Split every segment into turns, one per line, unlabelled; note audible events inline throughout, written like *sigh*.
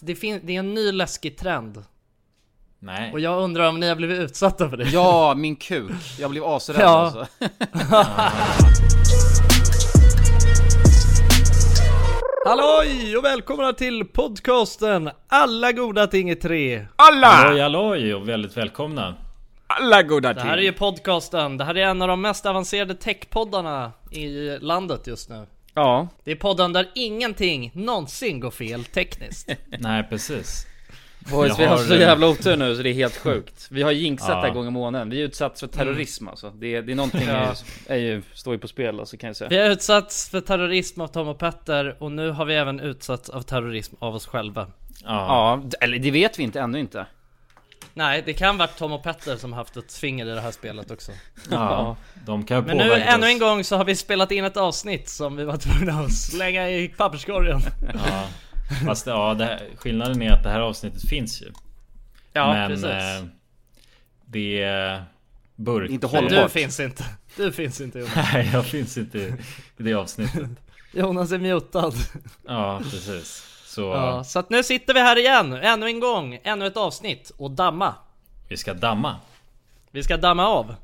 det, fin- det är en ny läskig trend.
Nej.
Och jag undrar om ni har blivit utsatta för det?
Ja, min kuk. Jag blev asrädd
Ja.
alltså.
Halloj och välkomna till podcasten Alla goda ting i tre.
Halloj halloj och väldigt välkomna.
Alla goda
Det här är ju podcasten, det här är en av de mest avancerade techpoddarna i landet just nu.
Ja.
Det är podden där ingenting någonsin går fel tekniskt.
Nej precis. Jag
Boys, vi har
har,
så
eh,
jävla otur nu så det är helt sjukt. Vi har jinxat
Ja.
den här gången i månaden. Vi är utsatts för terrorism
Mm.
alltså. Det, det är någonting
Ja.
är, är ju, står ju på spel alltså kan jag säga.
Vi har utsatts för terrorism av Tom och Petter och nu har vi även utsatts av terrorism av oss själva.
Ja.
Ja, d- eller det vet vi inte ännu inte.
Nej, det kan varit Tom och Petter som haft ett finger i det här spelet också.
ja. De kan
Men
påverka
nu
oss.
ännu en gång så har vi spelat in ett avsnitt som vi var tvungna *laughs* att slänga i papperskorgen.
Ja. Fast det- ja, det här, skillnaden är att det här avsnittet finns ju.
*laughs* Ja,
Men
precis.
eh, det är burk.
Inte
Men du
hållbart.
finns inte. Du finns inte Jonas.
*laughs* Nej, jag finns inte i i det avsnittet.
*laughs* Jonas är
*laughs*
mutad.
Ja, precis. Så
Ja, så att nu sitter vi här igen, ännu en gång, ännu ett avsnitt och damma.
vi ska damma.
Vi ska damma av.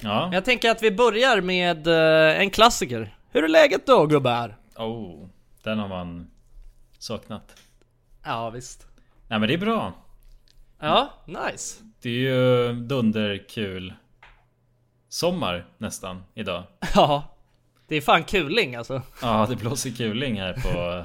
Ja.
Jag tänker att vi börjar med eh, en klassiker. Hur är läget då gubbar?
Oh, den har man saknat.
Ja visst.
Nej men det är bra.
Ja, nice. *laughs*
Det är ju dunderkul sommar nästan idag.
Ja, det är fan kuling alltså.
Ja, det blåser kuling här på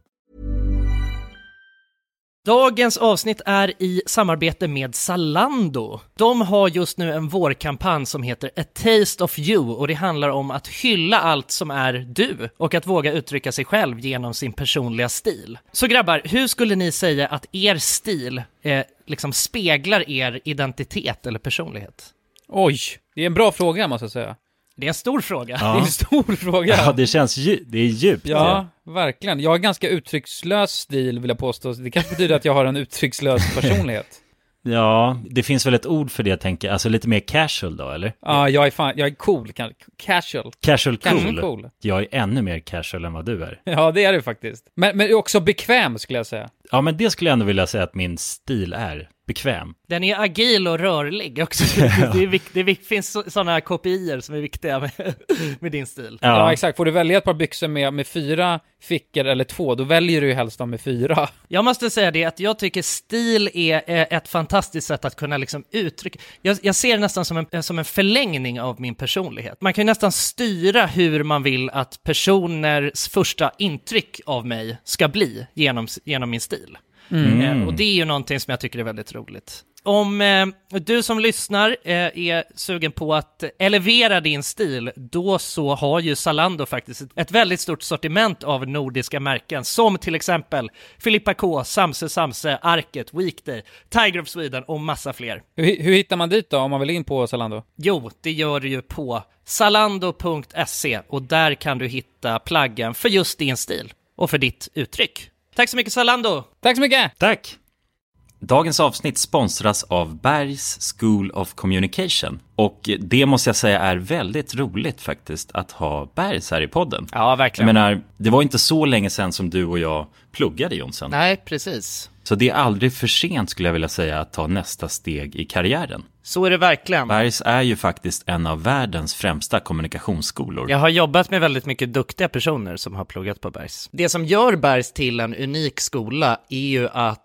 Dagens avsnitt är i samarbete med Zalando. De har just nu en vårkampanj som heter A Taste of You och det handlar om att hylla allt som är du och att våga uttrycka sig själv genom sin personliga stil. Så grabbar, hur skulle ni säga att er stil eh, liksom speglar er identitet eller personlighet?
Oj! Det är en bra fråga måste jag säga.
Det är en stor fråga. *laughs*
Det är en stor fråga.
Ja,
Ja,
det känns dju- det är djupt.
verkligen. Jag har ganska uttryckslös stil vill jag påstå. Det kanske betyder att jag har en *laughs* uttryckslös personlighet.
ja, det finns väl ett ord för det jag tänker. Alltså lite mer casual då, eller?
Ja, jag är fan, jag är cool, kan- casual.
Casual
Casual
cool.
cool.
Jag är ännu mer casual än vad du är.
Ja, det är du faktiskt. Men, men också bekväm skulle jag säga.
Ja, men det skulle jag ändå vilja säga att min stil är. Bekväm.
Den är agil och rörlig också. Det, är vik- det är vik- finns sådana kopior som är viktiga med, *laughs* med din stil.
Ja.
Ja,
exakt. Får du välja ett par byxor med, med fyra fickor eller två, då väljer du ju helst de med fyra.
Jag måste säga det att jag tycker stil är eh, ett fantastiskt sätt att kunna liksom uttrycka. Jag, jag ser det nästan som en, eh, som en förlängning av min personlighet. Man kan ju nästan styra hur man vill att personers första intryck av mig ska bli genom, s- genom min stil. Eh, Och det är ju någonting som jag tycker är väldigt roligt. Om eh, du som lyssnar eh, är sugen på att elevera din stil, då så har ju Zalando faktiskt ett, ett väldigt stort sortiment av nordiska märken, som till exempel Filippa K, Samse Samse, Arket, Weekday, Tiger of Sweden och massa fler.
Hur, hur hittar man dit då, om man vill in på Zalando?
Jo, det gör du ju på zalando.se och där kan du hitta plaggen för just din stil och för ditt uttryck. Tack så mycket Zalando!
Tack så mycket!
Tack! Dagens avsnitt sponsras av Bergs School of Communication. Och det måste jag säga är väldigt roligt faktiskt att ha Bergs här i podden.
Ja,
Jag
verkligen.
menar, det var inte så länge sedan som du och jag pluggade Jonsson.
Nej, precis.
Så det är aldrig för sent skulle jag vilja säga att ta nästa steg i karriären.
Så är det verkligen.
Bergs är ju faktiskt en av världens främsta kommunikationsskolor.
Jag har jobbat med väldigt mycket duktiga personer som har pluggat på Bergs. Det som gör Bergs till en unik skola är ju att eh,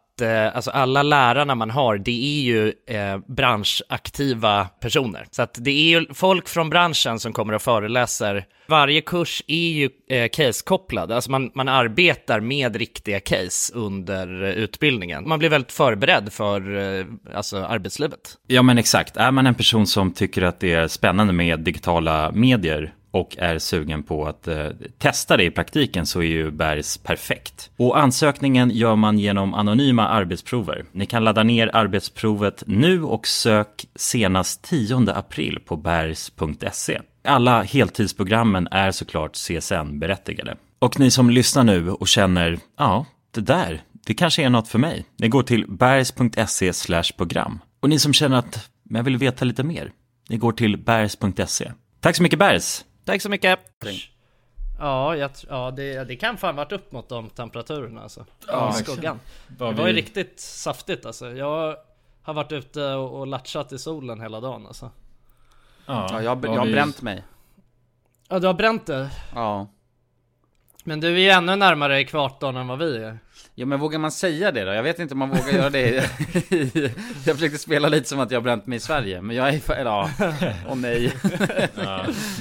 Alltså alla lärarna man har, det är ju eh, branschaktiva personer. Så att det är ju folk från branschen som kommer och föreläser. Varje kurs är ju eh, case-kopplad, alltså man, man arbetar med riktiga case under eh, utbildningen. Man blir väldigt förberedd för eh, alltså arbetslivet.
Ja men exakt, är man en person som tycker att det är spännande med digitala medier och är sugen på att eh, testa det i praktiken så är ju Bergs perfekt. Och ansökningen gör man genom anonyma arbetsprover. Ni kan ladda ner arbetsprovet nu och sök senast 10 april på bergs.se. Alla heltidsprogrammen är såklart CSN-berättigade. Och ni som lyssnar nu och känner, ja, det där, det kanske är något för mig. Ni går till bergs.se program. Och ni som känner att, men jag vill veta lite mer. Ni går till bergs.se. Tack så mycket Bergs!
Tack så mycket! Ja, jag, tr- ja det, det kan fan varit upp mot de temperaturerna alltså. Ja, skuggan. Det var ju riktigt saftigt alltså. Jag har varit ute och, och latchat i solen hela dagen alltså.
Ja, jag, jag har bränt mig.
Ja, du har bränt det.
Ja.
Men du är ju ännu närmare ekvatorn än vad vi är.
Ja men vågar man säga det då? Jag vet inte om man vågar göra det *laughs* i- Jag försökte spela lite som att jag har bränt mig i Sverige, men jag är för, eller, ja, åh nej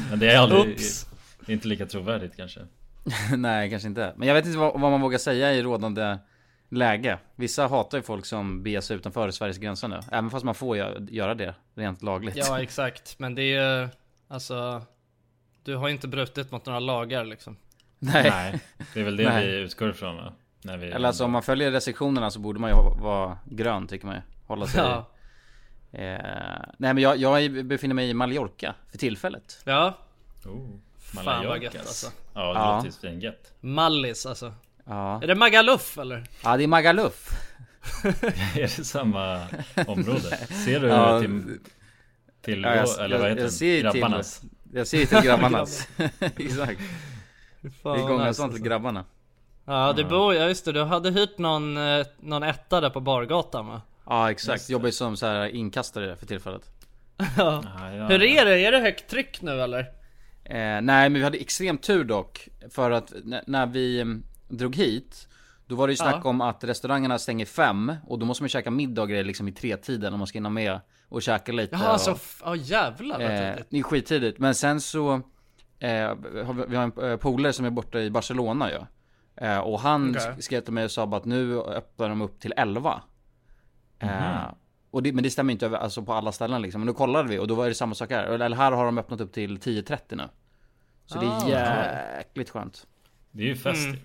Men det är aldrig...
Oops.
Det är inte lika trovärdigt kanske.
*laughs* Nej kanske inte, men jag vet inte vad, vad man vågar säga i rådande läge Vissa hatar ju folk som beger sig utanför Sveriges gränser nu, även fast man får gö- göra det rent lagligt
Ja, exakt. Men det är ju, alltså, du har ju inte brutit mot några lagar liksom.
*laughs* nej.
Nej, det är väl
*laughs*
det
Nej.
vi utgår ifrån va? När vi...
Eller alltså om man följer restriktionerna så borde man ju ha- vara grön tycker man ju Hålla sig
Ja,
eh, Nej men jag, jag är- befinner mig i Mallorca för tillfället
ja.
Oh,
Fan vad gött
Mallorcas.
alltså.
Ja, det
Ja.
låter ju svingött. *laughs*
Mallis alltså.
Ja,
Är det Magaluf eller?
ja det är Magaluf
Är det samma område? Ser du
Ja.
till... Till...
Ja, jag-
eller vad
jag-
heter
jag ser ju
den?
till-
Grabbarnas?
Jag ser ju till
*laughs*
grabbarnas *laughs* Exakt,
Fan,
det är gångar
nice,
sånt till
alltså.
grabbarna
Ja du bor, ja just det, du hade hyrt någon, eh, någon etta där på bargatan va?
Ja exakt, jobbar ju som så här inkastare för tillfället
Ja.
Ah, ja.
Hur är det? Är det högt tryck nu eller?
eh, Nej men vi hade extrem tur dock För att n- när vi mm, drog hit Då var det ju snack
Ja.
om att restaurangerna stänger fem Och då måste man ju käka middag och grejer liksom i tre tiden om man ska hinna med Och käka lite
Jaha
och,
alltså, f- ja jävlar vad
eh,
tidigt.
Det är skittidigt, men sen så eh, har vi- Vi har en eh, polare som är borta i Barcelona ju eh, Och han
Okej.
sk- skrev till mig och sa bara att nu öppnar de upp till 11 eh,
Mhm.
och det, Men det stämmer inte över, alltså på alla ställen liksom Men då kollade vi och då var det samma sak här Eller eller här har de öppnat upp till 10.30 nu Så det
Ah. Mm.
är jäkligt skönt
Det är ju fest ju.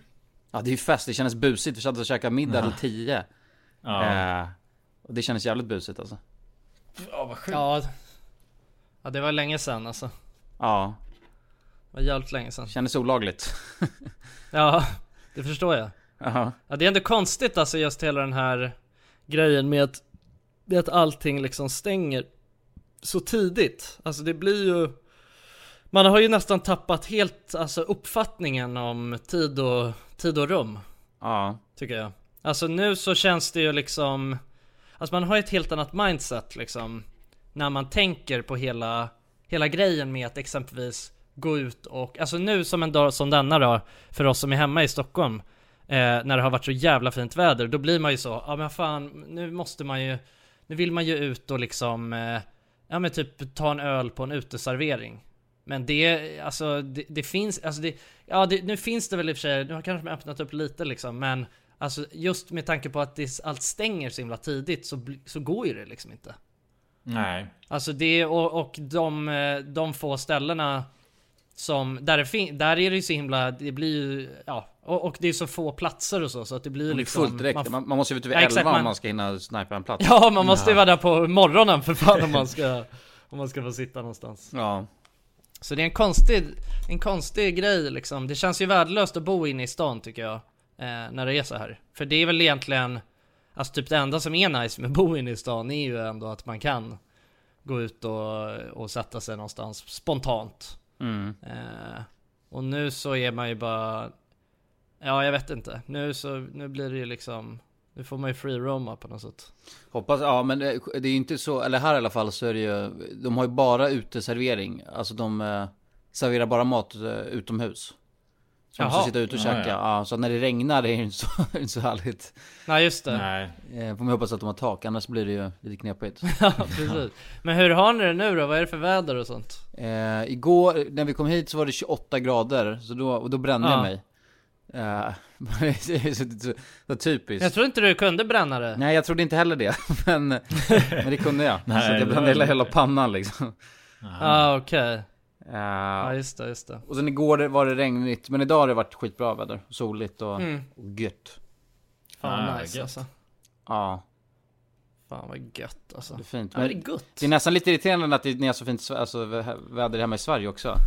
Ja det är ju fest, det kändes busigt, vi satt och käkade middag till 10
Ja.
eh, Och det kändes jävligt busigt alltså
Ja. ja, det var länge sedan alltså. Det
Ja,
var jävligt länge sedan.
kändes olagligt *laughs*
Ja, *laughs* det förstår jag.
Ja,
Ja, det är ändå konstigt alltså just hela den här grejen med att, med att allting liksom stänger så tidigt. Alltså det blir ju... Man har ju nästan tappat helt alltså, uppfattningen om tid och, tid och rum,
ja,
tycker jag. Alltså nu så känns det ju liksom... Alltså man har ju ett helt annat mindset liksom. När man tänker på hela, hela grejen med att exempelvis gå ut och, alltså nu som en dag som denna då, för oss som är hemma i Stockholm, eh, när det har varit så jävla fint väder, då blir man ju så, ja men fan, nu måste man ju, nu vill man ju ut och liksom, eh, ja men typ ta en öl på en uteservering. Men det, alltså det, det finns, alltså det, ja det, nu finns det väl i och för sig, nu har kanske man öppnat upp lite liksom, men alltså just med tanke på att det, allt stänger så himla tidigt så, bli- så går ju det liksom inte.
Nej.
Alltså det och, och de, eh, de få ställena som, där, det fin- där är det ju så himla, det blir ju, ja, och, och det är så få platser och så, så att det blir ju
Det är
liksom...
fullt direkt,
man f-
man, man måste ju ut vid
Ja,
11
exakt,
om
man-
man ska hinna snipa en plats
ja, man måste ju vara där på morgonen för fan om man ska, om man ska få sitta någonstans.
Ja,
Så det är en konstig, en konstig grej liksom. Det känns ju värdelöst att bo inne i stan tycker jag, eh, när det är så här. För det är väl egentligen, alltså typ det enda som är nice med att bo inne i stan är ju ändå att man kan gå ut och, och sätta sig någonstans spontant.
mm.
Eh, och nu så är man ju bara... Ja, jag vet inte. Nu så, nu blir det ju liksom... Nu får man ju free roama på något sätt.
hoppas, ja men det det är ju inte så, eller här i alla fall så är det ju, de har ju bara uteservering, alltså de eh, serverar bara mat eh, utomhus. Så man
Jaha.
måste sitta ute och
Ja,
käka,
ja.
ja. så att när det regnar det är ju inte så, *laughs* inte så härligt.
Nej, just det.
Nej.
Eh, får man hoppas att de har tak, annars blir det ju lite knepigt.
*laughs* Ja, precis. Men hur har ni det nu då? Vad är det för väder och sånt?
Eh, igår när vi kom hit så var det 28 grader, så då, och då brände
Ja.
jag mig. Eh, *laughs* det är så, så, så typiskt.
Jag tror inte du kunde bränna det.
Nej jag trodde inte heller det, *laughs* men, men det kunde jag.
*laughs* Nej,
så att jag
det
blandade
var
hela,
det
hela
inte.
pannan liksom.
Ja, ah, okej.
Eh, Eh,
Ja, just det, just det.
Och sen igår var det regnigt, men idag har det varit skitbra väder. Soligt och,
Mm.
och gött.
Fan
Ah,
vad nice
gött.
alltså.
Ja,
Fan vad gött alltså.
det är fint.
Ja, det
Men
är gött.
det är nästan lite irriterande att det- ni har så fint sve- alltså, vä- väder hemma i Sverige också. *laughs*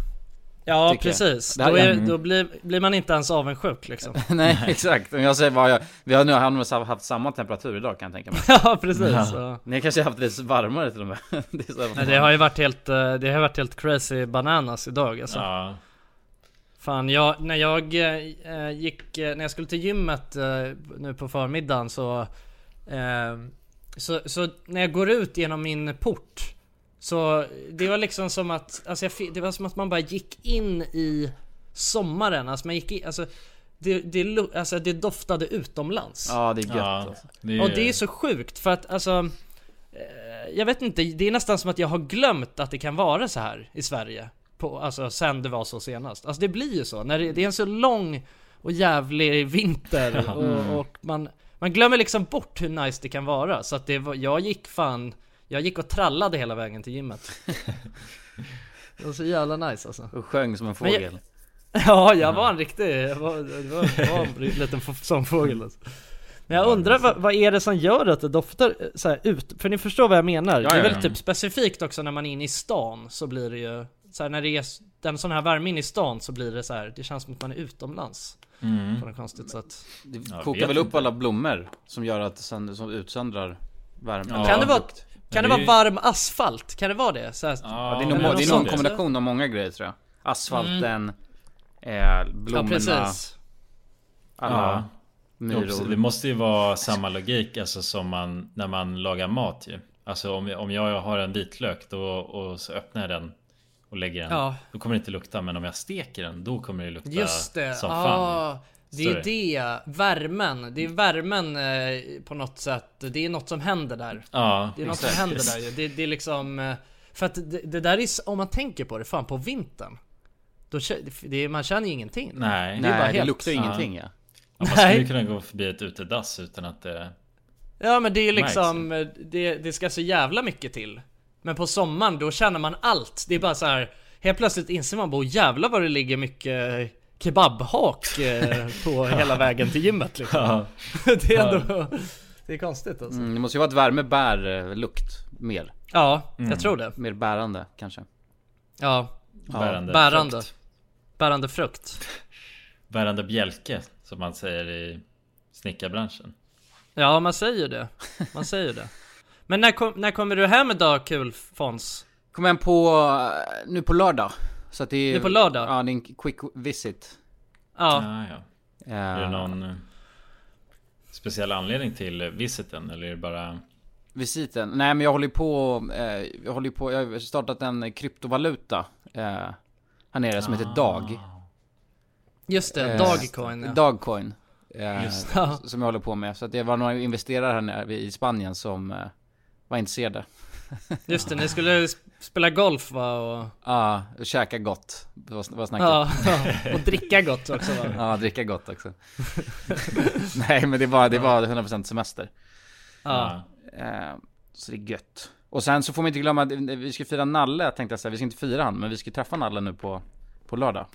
Ja,
tycker jag.
precis.
Det här
Då,
är-
är, då blir, blir man inte ens avundsjuk liksom.
Nej, exakt. Om jag säger vad jag... Vi har nu har haft samma temperatur idag kan jag tänka mig.
ja, precis. Ja.
Ni har kanske haft det varmare till och med. *laughs* Det är så här-
Nej, det har ju varit helt, eh, det har varit helt crazy bananas idag alltså.
Ja.
Fan, jag, när jag eh, gick, eh, när jag skulle till gymmet eh, nu på förmiddagen så, eh, så, så när jag går ut genom min port så det var liksom som att, alltså jag, fi- det var som att man bara gick in i sommaren, alltså man gick in, alltså det, det, lu- alltså det doftade utomlands.
Ja, det är gött.
ja.
Alltså.
Det är,
Och det är så sjukt för att alltså eh, Jag vet inte, det är nästan som att jag har glömt att det kan vara så här i Sverige på, Alltså sen det var så senast Alltså det blir ju så, när det, det är en så lång och jävlig vinter och, och man, man glömmer liksom bort hur nice det kan vara Så att det var, jag gick fan Jag gick och trallade hela vägen till gymmet Det var så jävla nice alltså
Och sjöng som en
Men jag-
fågel.
*laughs* Ja, jag var en riktig, jag var, jag var, jag var en liten f- sån fågel alltså. Men jag undrar vad, vad är det som gör att det doftar eh, så här ut? För ni förstår vad jag menar? det är väl typ specifikt också när man är inne i stan så blir det ju så här, när det är s- den sån här värme inne i stan så blir det så här, det känns som att man är utomlands. På något konstigt sätt.
Det
jag
kokar
vet
väl upp
inte.
alla blommor som gör att sen, som utsöndrar värme.
Ja.
kan det vara,
fukt.
kan det
det
vara
är-
varm asfalt? Kan det vara det? Så här,
Ja,
Det är
Eller
nog
något
det är någon
sånt.
kombination av många grejer tror jag. Asfalten, eh,
ja
blommorna,
precis.
alla
Absolut, Det
myror.
måste ju vara samma logik alltså, som man, när man lagar mat ju. Alltså om, jag- om jag har en vitlök då, och så öppnar jag den och lägger den.
Ja.
Då kommer det inte lukta. Men om jag steker den då kommer det lukta
Just det,
som fan.
ah, det är
Sorry.
det, värmen, det är värmen eh, på något sätt, det är något som händer där.
Ja,
Det är något som händer där ju. Det, det är liksom... eh, För att det, det där är, s- om man tänker på det, fan på vintern. Då, kä- det, är- man känner ju ingenting.
Nej.
är bara
Nej, det
helt-
luktar ju ingenting ja.
Ja, man
Nej.
skulle
*laughs*
kunna gå förbi ett utedass utan att det...
Ja men det är
Märks
liksom, eh, det, det ska så jävla mycket till. Men på sommaren då känner man allt. Det är bara så här. helt plötsligt inser man bara jävla vad det ligger mycket kebabhak eh, på hela vägen till gymmet liksom. *laughs* det är ändå, det är konstigt alltså.
Mm, det måste ju vara att värme bär eh, lukt mer.
Ja, jag tror det.
Mer bärande kanske.
Ja,
Bärande,
bärande.
frukt.
Bärande frukt.
bärande bjälke som man säger i snickarbranschen.
Ja, man säger det. Man säger det. Men när, kom, när kommer du hem idag kul Fons?
Kom hem på, eh, nu på lördag. Så att det är,
Nu på lördag?
Ja, det är en quick visit.
Ja, Ah.
Ah, ja.
Eh,
Är det någon eh, speciell anledning till eh, visiten eller är det bara...
Visiten? Nej men jag håller ju på, eh, jag håller ju på, jag har startat en kryptovaluta eh, här nere som heter DAG.
just det.
Eh,
Dogcoin ja.
Dagcoin. Eh,
Just
Ja.
Som jag håller på med. Så att det var några investerare här nere i Spanien som eh, var intresserade.
Just det, ni skulle sp- spela golf va? Och,
Ja, och käka gott. Det var, var snacket. Ja.
ja, *laughs* och dricka gott också va?
dricka gott också. *laughs* Nej men det var, det var 100% semester.
Ja.
Eh, så det är gött. Och sen så får man inte glömma, att vi ska fira Nalle tänkte jag säga. Vi ska inte fira han, men vi ska träffa Nalle nu på, på lördag.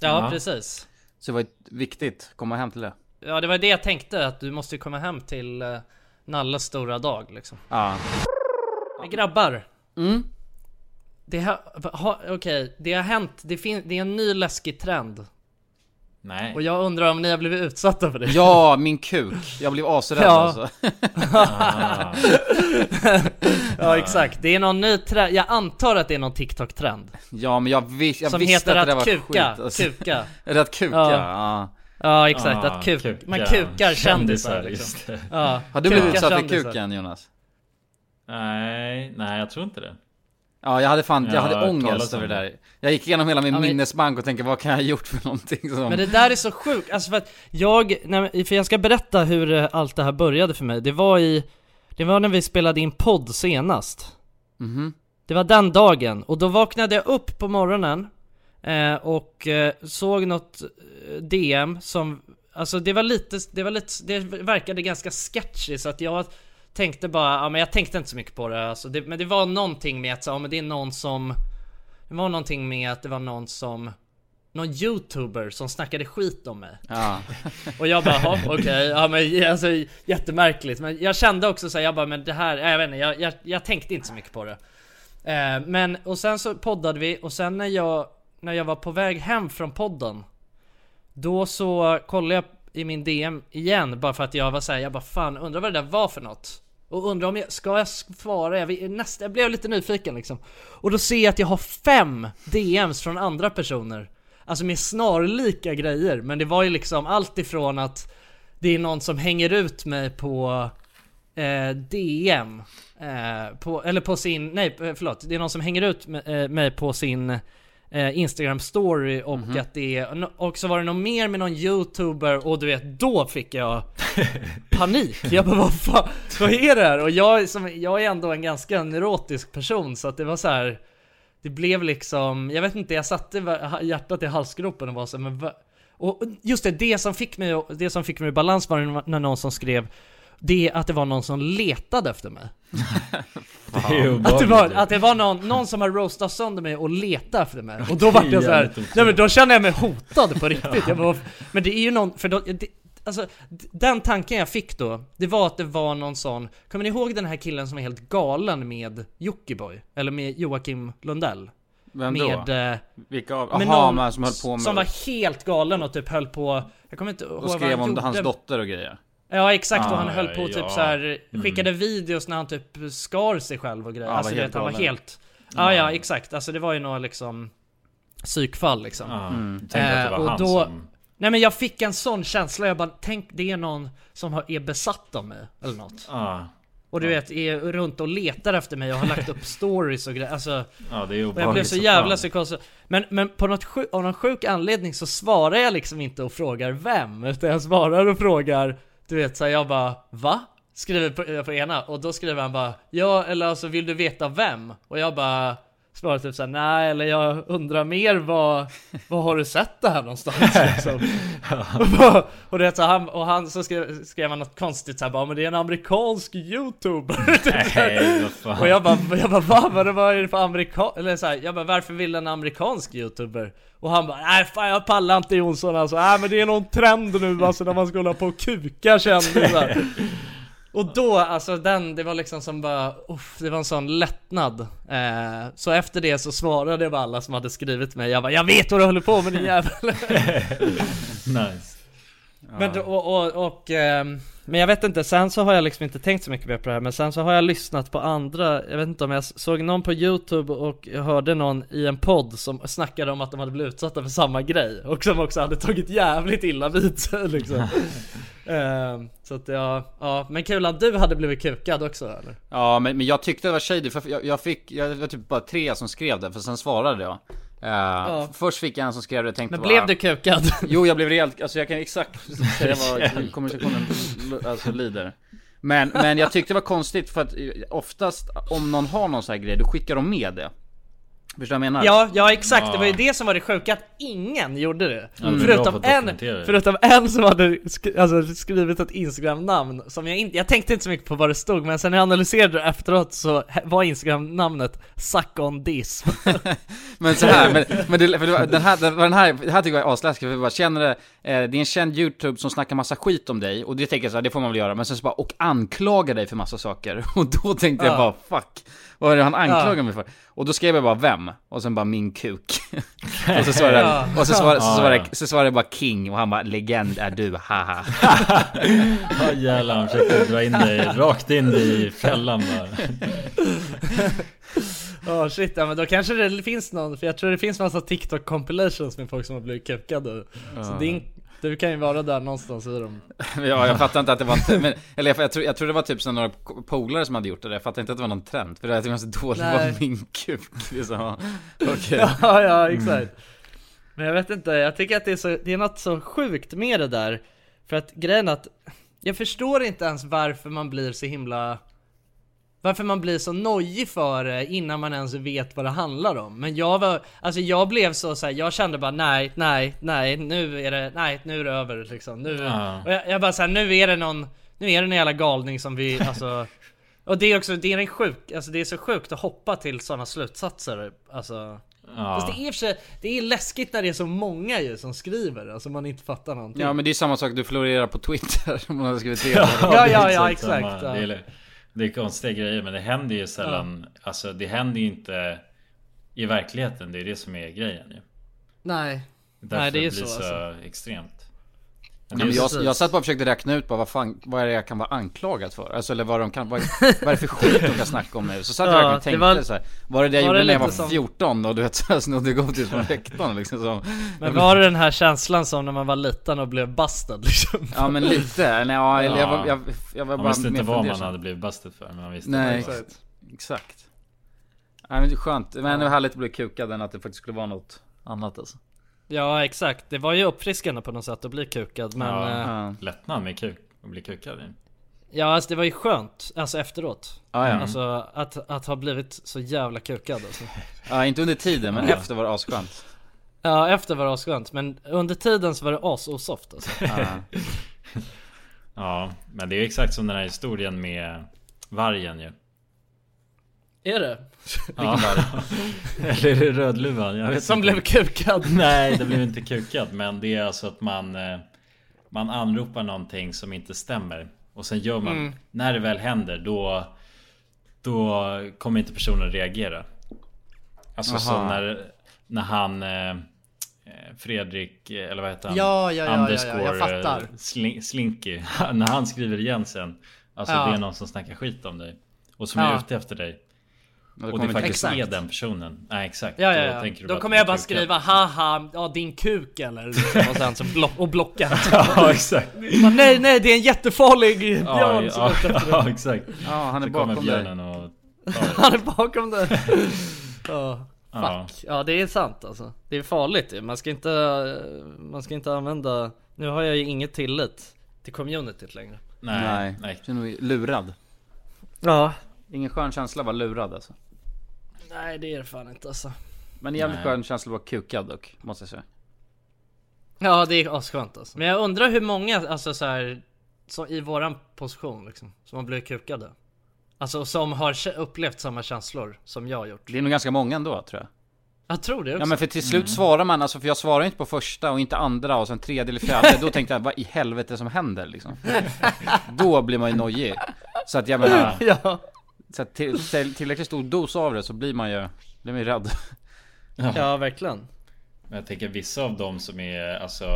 ja, precis.
Så det var ett- viktigt att komma hem till det.
Ja, det var det jag tänkte att du måste ju komma hem till eh, Nalles stora dag liksom.
Ja. Mm.
Men grabbar. Det har, ha, okej, det har hänt, det, fin, det är en ny läskig trend.
Nej.
Och jag undrar om ni har blivit utsatta för det?
ja, min kuk. Jag blev asrädd
Ja.
alltså.
Ja exakt, det är någon ny trend, jag antar att det är någon TikTok-trend
Ja, men jag, vis, jag
Som
visste
heter
att det där
att
var
kuka,
skit. Alltså.
kuka
Är det att kuka?
Ja.
Ja.
Ja exakt,
Ah,
att kuk,
kuka.
man kukar kändisar liksom.
just det.
ja,
Har du blivit
kuka
utsatt för
kändisar.
kuken Jonas?
Nej, nej jag tror inte det.
Ja, jag hade fan, jag
Ja, jag
hade
har
ångest
talat om
över det
det.
där. Jag gick igenom hela min
Ja, men-
minnesbank och tänkte vad kan jag ha gjort för någonting som...
Men det där är så sjukt, alltså för att jag, nej, men- för jag ska berätta hur eh, allt det här började för mig Det var i, det var när vi spelade in podd senast Det var den dagen, och då vaknade jag upp på morgonen eh, och eh, såg något eh, DM som, alltså det var lite, det var lite, det verkade ganska sketchy så att jag tänkte bara, ja men jag tänkte inte så mycket på det alltså, det, men det var någonting med att så, ja, men det är någon som Det var någonting med att det var någon som någon youtuber som snackade skit om mig.
Ja.
Och jag bara, "Jaha, okej, ja men alltså jättemärkligt. Men jag kände också så här, jag bara, men det här, jag vet inte, jag, jag, jag tänkte inte så mycket på det. Eh, men, och sen så poddade vi och sen när jag, när jag var på väg hem från podden, då så kollade jag i min DM igen bara för att jag var såhär, jag bara fan undrar vad det där var för något? Och undrar om jag, ska jag svara? Jag, vill- nästa, jag blev lite nyfiken liksom. Och då ser jag att jag har fem DMs från andra personer. Alltså med snarlika grejer, men det var ju liksom allt ifrån att det är någon som hänger ut mig på eh, DM. Eh, på, eller på sin, nej eh, förlåt, det är någon som hänger ut me- eh, mig på sin eh, Instagram story och att det är, no- och så var det någon mer med någon youtuber och du vet då fick jag panik. Jag bara vad fan, vad är det här? Och jag, är som, jag är ändå en ganska neurotisk person så att det var så här. Det blev liksom, jag vet inte, jag satte va- hjärtat i halsgropen och var så här, men va? Och just det, det som fick mig, det som fick mig i balans var när någon som skrev det är att det var någon som letade efter
*laughs*
mig.
Det är ju
Att det
obehagligt.
var, att det var någon, någon som har roastat sönder mig och letat efter mig. Och då vart jag så här, nej men då kände jag mig hotad på riktigt. Jag bara, men det är ju någon, för då, det, alltså d- den tanken jag fick då, det var att det var någon sån, kommer ni ihåg den här killen som är helt galen med Jockiboi? Eller med Joakim Lundell?
Vem då?
Med... eh,
Vilka av?
med
Aha,
någon
men som höll på med...
Som var helt galen och typ höll på, jag kommer inte ihåg
och
vad
skrev
han
om
gjorde.
hans dotter och grejer.
Ja exakt, och han
Ah,
höll på och typ
ja. Mm.
så här skickade videos när han typ skar sig själv och grejer.
Ja,
alltså
var
du
helt
vet, han var
galen.
helt... Ja ja
Mm.
exakt, alltså det var ju några liksom psykfall liksom.
Ja, jag tänkte att det
Eh,
var
och
han
då-
som...
Nej men jag fick en sån känsla, jag bara tänk det är någon som har, är besatt av mig eller något.
Ja,
Och du vet är runt och letar efter mig och har lagt upp *laughs* stories och grejer. Alltså,
ja, det är
och jag blev
obehagligt.
så
som
jävla
fan.
psykos. Men, men på något sjuk, av någon sjuk anledning så svarar jag liksom inte och frågar vem. Utan jag svarar och frågar, du vet såhär jag bara va? Skriver på, eh, på ena och då skriver han bara ja eller alltså vill du veta vem? Och jag bara svarar typ såhär nej eller jag undrar mer vad, vad har du sett det här
*laughs*
någonstans liksom? och, bara, och, det, så han, och han så skrev, skrev han något konstigt såhär bara men det är en amerikansk youtuber. Typ så här.
Nej, vad
*laughs*
fan.
Och jag bara, jag bara va? Vad, vad är det för amerikan... Eller så här, jag bara varför vill en amerikansk youtuber? Och han bara nej fan jag pallar inte Jonsson alltså, nej men det är någon trend nu alltså när man ska hålla på och kuka kändisar *laughs* Och då alltså den, det var liksom som bara, uff, det var en sån lättnad eh, Så efter det så svarade jag bara alla som hade skrivit mig, jag bara jag vet vad du håller på med din jävel
Nice.
Men, då- och, och, och, ehm, men jag vet inte, sen så har jag liksom inte tänkt så mycket mer på det här Men sen så har jag lyssnat på andra, jag vet inte om jag s- såg någon på youtube och hörde någon i en podd som snackade om att de hade blivit utsatta för samma grej Och som också hade tagit jävligt illa vid sig liksom Ehm, Så att jag, ja men kul att du hade blivit kukad också eller?
Ja, men, men jag tyckte det var shady för jag, jag fick, jag det var typ bara tre som skrev det för sen svarade jag. Eh, f- Först fick jag en som skrev det och tänkte
Men blev
bara,
du kukad?
Jo, jag blev rejält, alltså jag kan exakt säga vad kommunikationen alltså, lider. Men, men jag tyckte det var konstigt för att eh, oftast om någon har någon sån här grej, då skickar de med det. Förstår du vad jag menar?
Ja, ja exakt, det var ju det som var det sjuka, att ingen gjorde det.
det är bra
Förutom,
för att
en,
dokumentera det.
förutom en som hade sk- alltså, skrivit ett Instagram-namn som jag inte, jag tänkte inte så mycket på vad det stod men sen när jag analyserade det efteråt så var Instagram-namnet 'Suck on
*laughs*
this'
Men
*laughs*
så här, men, men det, för det var, den här, den, den här, det här tycker jag är asläskigt för vi bara känner det, eh, det är en känd YouTube som snackar massa skit om dig och det tänker jag så här, det får man väl göra, men sen så bara, och anklagar dig för massa saker. *laughs* Och då tänkte jag
Ja.
bara fuck, vad är det han anklagar mig för? Och då skrev jag bara vem? Och sen bara min kuk. *laughs* och så svarade,
Ja.
och så svarade, så
Ja,
svarade,
ja.
så svarade jag bara king och han bara legend är du, haha. *laughs*
Ja jävlar, han försökte dra
*laughs*
in dig rakt in i fällan bara.
Ja shit, ja, men då kanske det finns någon, för jag tror det finns massa TikTok-compilations med folk som har blivit kukade Så din, du kan ju vara där någonstans i
*laughs*
dem
ja, jag fattar inte att det var en trend, men, eller jag, jag, tror, jag tror det var typ som några k- polare som hade gjort det där. jag fattar inte att det var någon trend, för det här tyckte jag var så dåligt, det
Nej.
var min kuk. Liksom.
*laughs*
Okej.
Ja, ja exakt.
Mm.
Men jag vet inte, jag tycker att det är, så, det är något så sjukt med det där. För att grejen är att jag förstår inte ens varför man blir så himla... Varför man blir så nojig för det innan man ens vet vad det handlar om. Men jag var, alltså jag blev så, så här, jag kände bara nej, nej, nej, nu är det, nej, nu är det över liksom. Nu,
Ja.
och jag, jag bara såhär, nu är det någon, nu är det någon jävla galning som vi, alltså *laughs* Och det är också, det är en sjuk, alltså det är så sjukt att hoppa till sådana slutsatser. Alltså. Fast det är i och för sig, det är läskigt när det är så många ju som skriver, alltså man inte fattar någonting.
Ja men det är samma sak, du florerar på Twitter *laughs* om man har skrivit till
Typ. ja, *laughs* ja,
det är
ja,
exakt samma.
exakt, ja.
Det, är, det är konstiga grejer men det händer ju sällan. Alltså det händer ju inte i verkligheten. Det är det som är grejen ju.
Nej.
Därför
Nej, det är
blir
så,
så
alltså.
extremt.
Ja, men jag,
Precis.
jag satt bara och försökte räkna ut bara vad, fan, vad är det jag kan vara anklagad för? Alltså, eller vad, de kan, vad, vad är det för skit de kan snacka om nu? Så satt jag
Ja,
verkligen
det
och tänkte
var-
så här, Var det det jag
var
gjorde
det
när jag var
lite som-
14 och du vet så här, snodde godis från rektorn liksom? Så.
Men var det den här känslan som när man var liten och blev bastad liksom?
Ja men lite, nej ja, eller jag var,
Ja.
jag, jag var bara
Man visste inte
mer
vad man
fundersam.
hade blivit busted för. Men man visste
Nej
att det var-
exakt Exakt Nej men det är skönt, men det var härligt att bli kukad än att det faktiskt skulle vara något annat alltså
Ja exakt, det var ju uppfriskande på något sätt att bli kukad men
Ja.
eh,
Ja,
lättnad med kuk och bli kukad i.
Ja alltså det var ju skönt, alltså efteråt.
ja,
Mm.
ja.
Alltså att, att ha blivit så jävla kukad alltså.
ja inte under tiden men efter var det asskönt
Ja efter var det asskönt men under tiden så var det asosoft alltså.
ja.
Ja, men det är ju exakt som den här historien med vargen ju.
Är det?
Ja. *laughs* Eller är det Rödluvan? Jag vet
Som
inte.
blev kukad?
Nej, det *laughs* blev inte kukat. Men det är alltså att man, eh, man anropar någonting som inte stämmer. Och sen gör
Mm.
man, när det väl händer då, då kommer inte personen reagera. Alltså så
Aha.
när, när han eh, eh, Fredrik, eh, eller vad heter han?
Ja, ja, ja, ja, ja,
Underscore,
jag fattar.
eh, Slink- Slinky. *laughs* när han skriver igen sen. Alltså
Ja.
det är någon som snackar skit om dig. Och som
Ja.
är ute efter dig.
Men då
Och det
kommer vi-
faktiskt
Exakt.
är den personen. Nej exakt.
Ja,
Då,
ja, ja.
tänker du
Då
att
kommer
du
jag bara
är kukad.
skriva haha, ja din kuk
*laughs*
eller liksom, och sen så block och blocka.
ja exakt.
Bara, nej nej det är en jättefarlig björn som är
ja,
ute
*laughs* ja,
efter dig.
ja, exakt.
Ja han är
Så kommer
bakom dig
björnen och...
Han är bakom
*laughs*
dig. Ja,
Ja.
fuck. Ja det är sant alltså. Det är farligt ju. man ska inte, man ska inte använda, nu har jag ju inget tillit till communityt längre.
Nej,
Nej,
nej.
Känner mig lurad
Ja.
Ingen skön känsla att vara lurad alltså
Nej det är det fan inte alltså.
Men en jävligt
Nej.
skön känsla att vara kukad dock, måste jag säga
Ja det är asskönt alltså. Men jag undrar hur många, alltså så här, så i våran position liksom, som har blivit kukade. Alltså som har kä- upplevt samma känslor som jag har gjort.
Det är nog ganska många ändå tror jag
Jag tror det också.
Ja men för till slut svarar man, alltså för jag svarar inte på första och inte andra och sen tredje eller *laughs* fjärde Då tänkte jag, vad i helvete som händer liksom? Då blir man ju nojig Så att jag menar,
Ja,
så att till, till, tillräckligt stor dos av det så blir man ju, blir man ju rädd
ja verkligen.
Men jag tänker vissa av dem som är alltså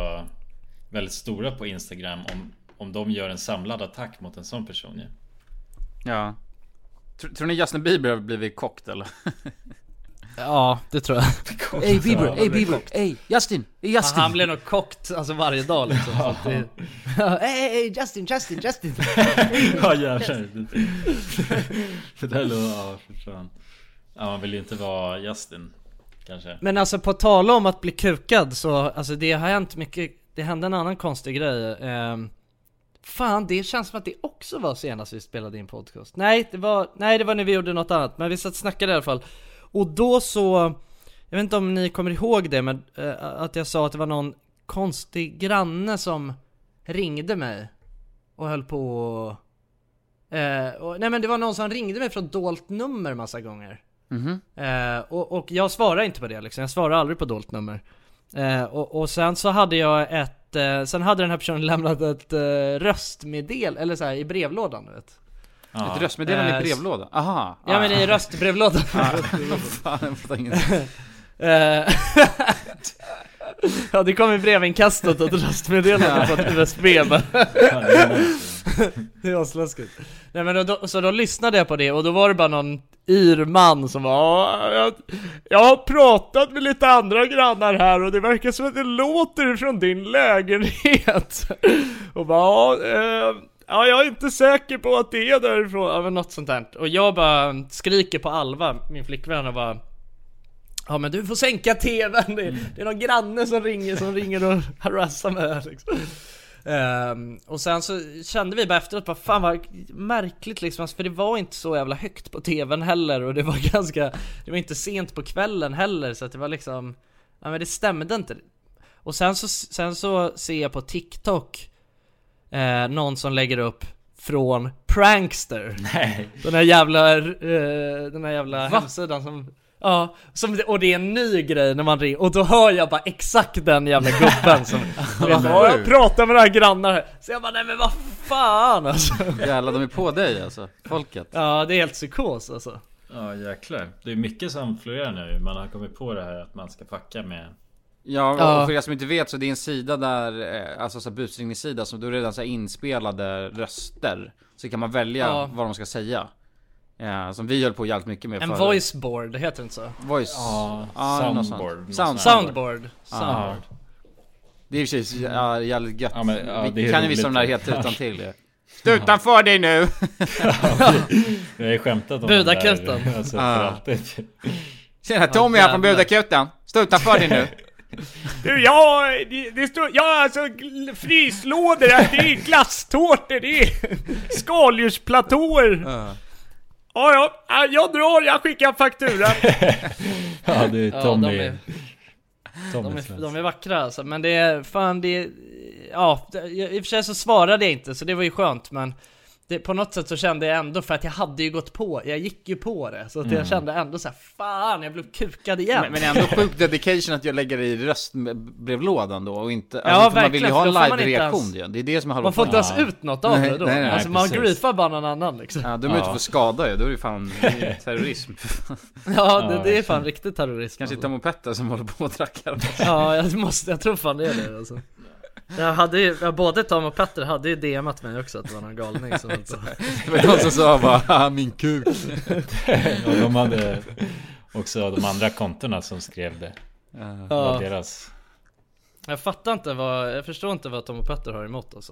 väldigt stora på Instagram om, om de gör en samlad attack mot en sån person
*laughs*
ju.
Ja Tr- Tror ni Justin Bieber har blivit kockt eller?
Ja, det tror jag.
Ey Bieber, ey Bieber, ey Justin, ey
Ja, Han blir nog kokt alltså varje dag liksom. så att *laughs* det... hey, hey, Justin, Justin, Justin!
Ja jävlar. Det där låter... Ja för fan. Ja man vill ju inte vara Justin. Kanske.
Men alltså på tala om att bli kukad så, alltså det har hänt mycket, det hände en annan konstig grej. ehm. fan, det känns som att det också var senast vi spelade in podcast. Nej, det var, nej det var när vi gjorde något annat, men vi satt och snackade i alla fall. Och då så, jag vet inte om ni kommer ihåg det, men eh, att jag sa att det var någon konstig granne som ringde mig och höll på och, eh, och, Nej men det var någon som ringde mig från dolt nummer massa gånger. Eh, och, och jag svarar inte på det liksom, jag svarar aldrig på dolt nummer. Eh, och, och sen så hade jag ett, eh, sen hade den här personen *laughs* lämnat ett eh, röstmeddel, eller så här i brevlådan du vet.
Ja.
Ett röstmeddelande
Eh,
i brevlåda, aha!
Ja men i röstbrevlådan.
Fan, jag fattar ingenting.
Eh, *laughs* ja det kom i brevinkastet ett röstmeddelande på ett USB bara.
Ja, det är nice.
*laughs* Det är asläskigt. Nej men då, så då lyssnade jag på det och då var det bara någon irman som var "Ja, jag, jag har pratat med lite andra grannar här och det verkar som att det låter från din lägenhet. *laughs* Och bara "Ja, eh, ja jag är inte säker på att det är därifrån. Ja men något sånt där. Och jag bara skriker på Alva, min flickvän och bara Ja men du får sänka tvn, det, det är någon granne som ringer, som ringer och *laughs* harassar mig här liksom. Ehm, och sen så kände vi bara efteråt bara fan vad märkligt liksom, alltså, för det var inte så jävla högt på tvn heller och det var *laughs* ganska, det var inte sent på kvällen heller så att det var liksom, ja men det stämde inte. Och sen så, sen så ser jag på TikTok eh, någon som lägger upp från Prankster.
Nej.
Den här jävla, eh, den här jävla hemsidan som Ja, som, och det är en ny grej när man ringer och då hör jag bara exakt den jävla gubben
*laughs*
som jag, bara, jag pratar med några grannar här. Så jag bara nej men vad fan alltså.
Jävlar, de är på dig alltså. Folket.
Ja det är helt psykos alltså.
Ja jäklar. Det är mycket som florerar nu. Man har kommit på det här att man ska fucka med...
Ja,
Ja.
och för er som inte vet så det är en sida där, eh, alltså så här busringningssida som du redan så här inspelade röster. Så kan man välja
Ja.
vad de ska säga. Ja, som vi höll på jävligt mycket med
En
förut.
voiceboard, heter det inte så?
Voice.
Ja,
Ja, något sånt.
soundboard, något
Sound.
sånt.
Soundboard.
Ah,
Soundboard.
Ja.
Det är i och för sig ja, jävligt gött.
Ja, men, ja, det
vi
är
kan ju
roligt.
vissa av de där helt utan till. Utanför dig nu!
Vi har ju skämtat om
Budakuten.
det där. Alltså, för
Ah.
alltid.
Tjena, Tommy här från
jävlar.
Budakuten. Stå utanför dig nu.
Du, jag, det står, ja alltså fryslådor, det är glasstårtor, det är skaldjursplatåer. Ja, ja, jag drar, jag skickar faktura.
Ja, det är
Ja,
Tommy.
de är-
Tommy
De är,
Svensson.
de är vackra alltså, men det är fan det är, Ja, det- i och för sig så svarade jag inte så det var ju skönt men det, På något sätt så kände jag ändå för att jag hade ju gått på, jag gick ju på det så att jag kände ändå så här, fan jag blev kukad igen
Mm. Men, men ändå sjuk dedication att jag lägger det i röstbrevlådan då och inte... alltså,
Ja,
för man vill ju
verkligen,
ha en
för då får man
live-reaktion
inte
ju. Det är det som är halva
Man får inte
poängen.
ens ut något av
Nej,
det då,
nej, nej,
alltså man
precis.
griefar bara någon annan
*laughs*
liksom
Ja, då är man ute för skada ju. Då är det fan
*laughs*
terrorism.
Ja det, det är fan riktig terrorism
Kanske
alltså.
Tom och Petter som håller på och trackar. *laughs*
Ja jag, måste, jag tror fan det är det alltså jag hade ju, ja, både Tom och Petter hade ju DMat mig också att det var någon galning som höll på.
Det var de som sa bara "Haha, min kuk.
Och de hade också de andra kontona som skrev det. Det var
Ja,
deras.
jag fattar inte vad, jag förstår inte vad Tom och Petter har emot alltså.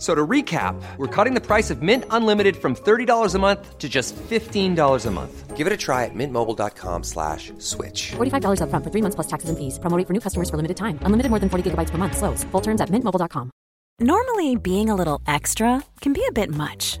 So to recap, we're cutting the price of Mint Unlimited from $30 a month to just $15 a month. Give it a try at mintmobile.com slash switch.
$45 upfront for three months plus taxes and fees. Promo rate for new customers for limited time. Unlimited more than 40 gigabytes per month. Slows. Full terms at mintmobile.com.
Normally, being a little extra can be a bit much,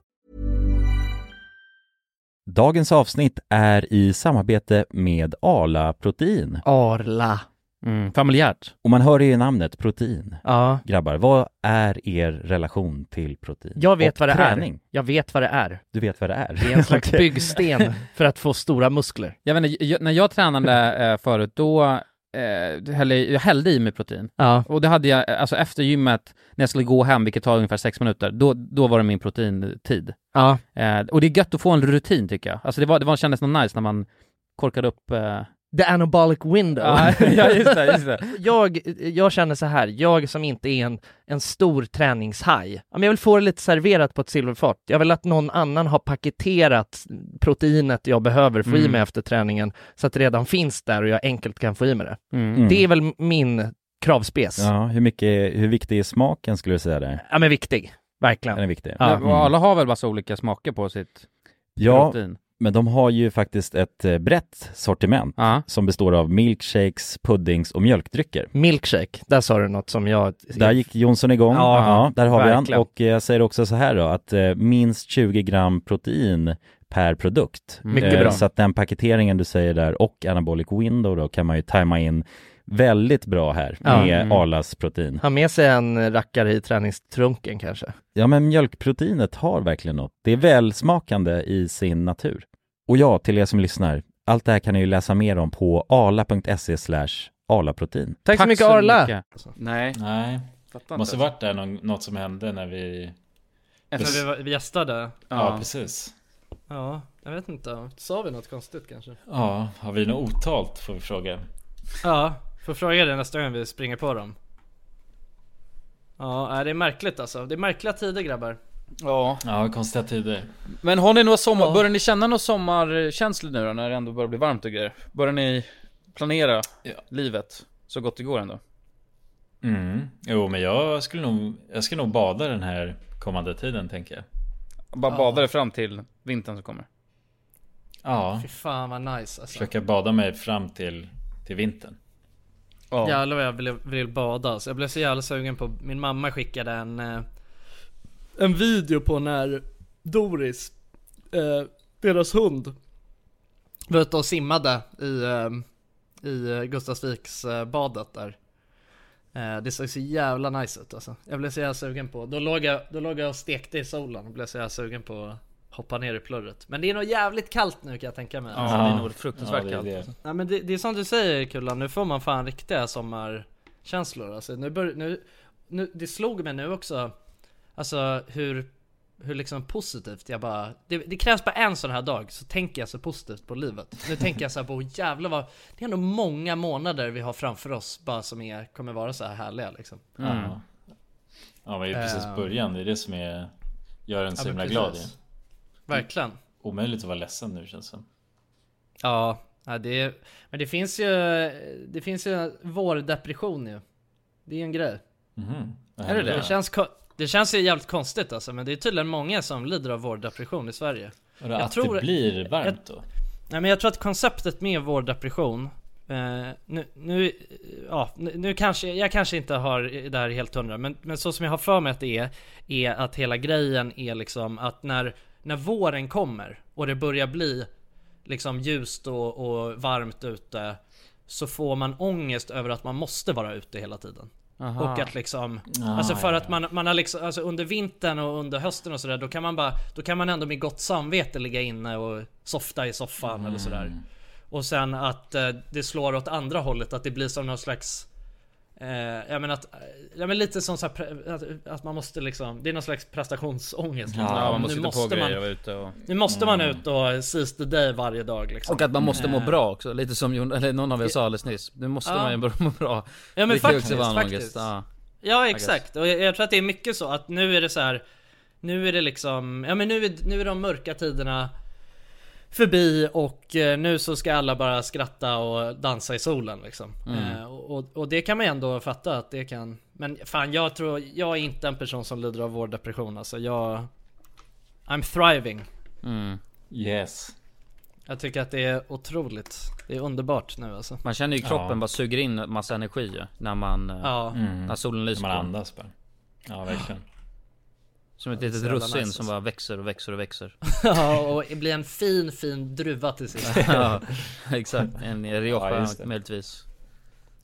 Dagens avsnitt är i samarbete med Arla Protein.
Arla.
Mm, familjärt.
Och man hör det i namnet, protein.
Ja,
Grabbar, vad är er relation till protein?
jag vet
Och
vad det
träning.
är. Jag vet vad det är.
Du vet vad det är?
Det är en slags
Okej.
byggsten för att få stora muskler.
Jag vet inte, jag, när
*laughs*
jag tränade eh, förut, då eh, hällde jag jag hällde i mig protein.
Ja.
Och det hade jag, eh, alltså efter gymmet, när jag skulle gå hem, vilket tar ungefär sex minuter, då, då var det min proteintid.
Ja.
Eh, och det är gött att få en rutin tycker jag. Alltså det, var, det var, kändes nog nice när man korkade upp...
*laughs*
Eh...
The anabolic window.
*laughs* ja, just det,
*laughs*
just det.
jag, jag känner så här, jag som inte är en, en stor träningshaj, ja, men jag vill få det lite serverat på ett silverfat. Jag vill att någon annan har paketerat proteinet jag behöver få i mig efter träningen så att det redan finns där och jag enkelt kan få i mig det.
Mm.
Det är väl min kravspes. Ja,
Ja, hur, mycket, hur viktig är smaken skulle du säga där?
men viktig. Verkligen.
Den är viktig.
Ja.
Och alla har väl massa olika smaker på sitt
ja,
protein?
men de har ju faktiskt ett eh, brett sortiment
Ja.
som består av milkshakes, puddings och mjölkdrycker.
Milkshake, där sa du något som jag...
Där gick Jonsson igång.
Ja,
Ja, där har vi
verkligen.
han. Och eh, jag säger också så här då, att eh, minst 20 gram protein per produkt.
Mycket
Eh,
bra.
Så att den paketeringen du säger där och anabolic window då kan man ju tajma in väldigt bra här
Ja.
med
Mm.
Arlas protein.
Ha med sig en rackare i träningstrunken kanske.
Ja, men mjölkproteinet har verkligen något. Det är välsmakande i sin natur. Och ja, till er som lyssnar, allt det här kan ni ju läsa mer om på arla.se slash arlaprotein.
Tack, så mycket Arla!
mycket.
Nej,
Nej,
fattar
det
inte.
måste varit där någon, något som hände när vi...
Efter-
var, vi gästade.
Ja,
Ja.
precis.
Ja, jag vet inte. Sa vi något konstigt kanske?
Ja, har vi något otalt får vi fråga.
Ja, får fråga det nästa gång vi springer på dem. Ja, nej, det är märkligt alltså. Det är märkliga tider grabbar.
Ja.
Ja, konstiga tider.
Men har ni några sommar, börjar ni känna några sommarkänslor nu då när det ändå börjar bli varmt och grejer? Börjar ni planera livet så gott det går ändå?
Mm. Jo, men jag skulle nog, jag ska nog bada den här kommande tiden tänker jag.
Bara bada det fram till vintern som kommer.
Ja,
Fy fan vad nice alltså.
försöka bada mig fram till, till vintern.
Jävlar vad jag vill, vill bada alltså. Jag blev så jävla sugen på, min mamma skickade en eh, En video på när Doris, eh, deras hund Var ute och simmade i, eh, i eh, Gustavsviks eh, badet där eh, Det såg så jävla nice ut alltså. Jag blev så jävla sugen på, då låg jag, då låg jag och stekte i solen och blev så jävla sugen på att Hoppa ner i plurret. Men det är nog jävligt kallt nu kan jag tänka mig.
Ja, det är nog fruktansvärt
Ja, det är
kallt.
det.
alltså.
Nej men det, det är som du säger Kulan, nu får man fan riktiga sommarkänslor alltså, nu, bör, nu, nu Det slog mig nu också Alltså hur Hur liksom positivt jag bara det, det krävs bara en sån här dag så tänker jag så positivt på livet Nu tänker jag så här på "Åh, jävlar vad Det är ändå många månader vi har framför oss bara som är, kommer vara så här härliga liksom
Ja. ja, men det är precis början. Det är det som är, gör en så
Ehm. men
himla
precis.
glad ju.
Verkligen
Omöjligt att vara ledsen nu känns det som.
Ja, ja det, men det finns ju Det finns ju vårdepression ju Det är ju en grej
Är
Det, känns, ko- det känns ju jävligt konstigt alltså, men det är tydligen många som lider av vårdepression i Sverige.
Vadå, att
tror-
det blir varmt då?
Nej men jag tror att konceptet med vårdepression, eh, nu, nu, ja, nu, nu kanske, jag kanske inte har det här helt hundra, men, men så som jag har för mig att det är, är att hela grejen är liksom att när, när våren kommer och det börjar bli liksom ljust och, och varmt ute, så får man ångest över att man måste vara ute hela tiden. Och att liksom, alltså för att man, man har liksom, alltså under vintern och under hösten och sådär, då kan man bara, då kan man ändå med gott samvete ligga inne och softa i soffan eller sådär. Och sen att eh, det slår åt andra hållet, att det blir som någon slags Eh, ja men att, ja men lite som så här, pre- att, att man måste liksom, det är någon slags prestationsångest. liksom.
Ja, man måste
nu,
hitta på
måste
grejer Mm.
man,
och vara ute och...
nu måste man ut och seize the day varje dag liksom.
Och att man måste må bra också, lite som Jon, eller någon av er sa alldeles nyss. Nu måste man ju bara må bra.
Ja, men
Det kan ju också
faktiskt,
vara en
faktiskt.
ångest, ja.
Ja exakt, och jag, jag tror att det är mycket så att nu är det så här. Nu är det liksom, ja men nu är, nu är de mörka tiderna förbi och eh, nu så ska alla bara skratta och dansa i solen liksom. Eh, och, och- och det kan man ju ändå fatta att det kan. Men fan jag tror, jag är inte en person som lider av vårddepression alltså. Jag... I'm thriving.
Yes.
Jag tycker att det är otroligt. Det är underbart nu alltså.
Man känner ju kroppen bara suger in massa energi ju, när man... eh,
Ja.
När solen lyser
Man
på.
andas bara. Ja, verkligen.
Som ett litet
jävla
russin
nice
som bara växer och växer och växer.
*laughs* ja och bli en fin fin druva till sist.
ja, *laughs* exakt. En
Ja,
rioja
just det.
möjligtvis.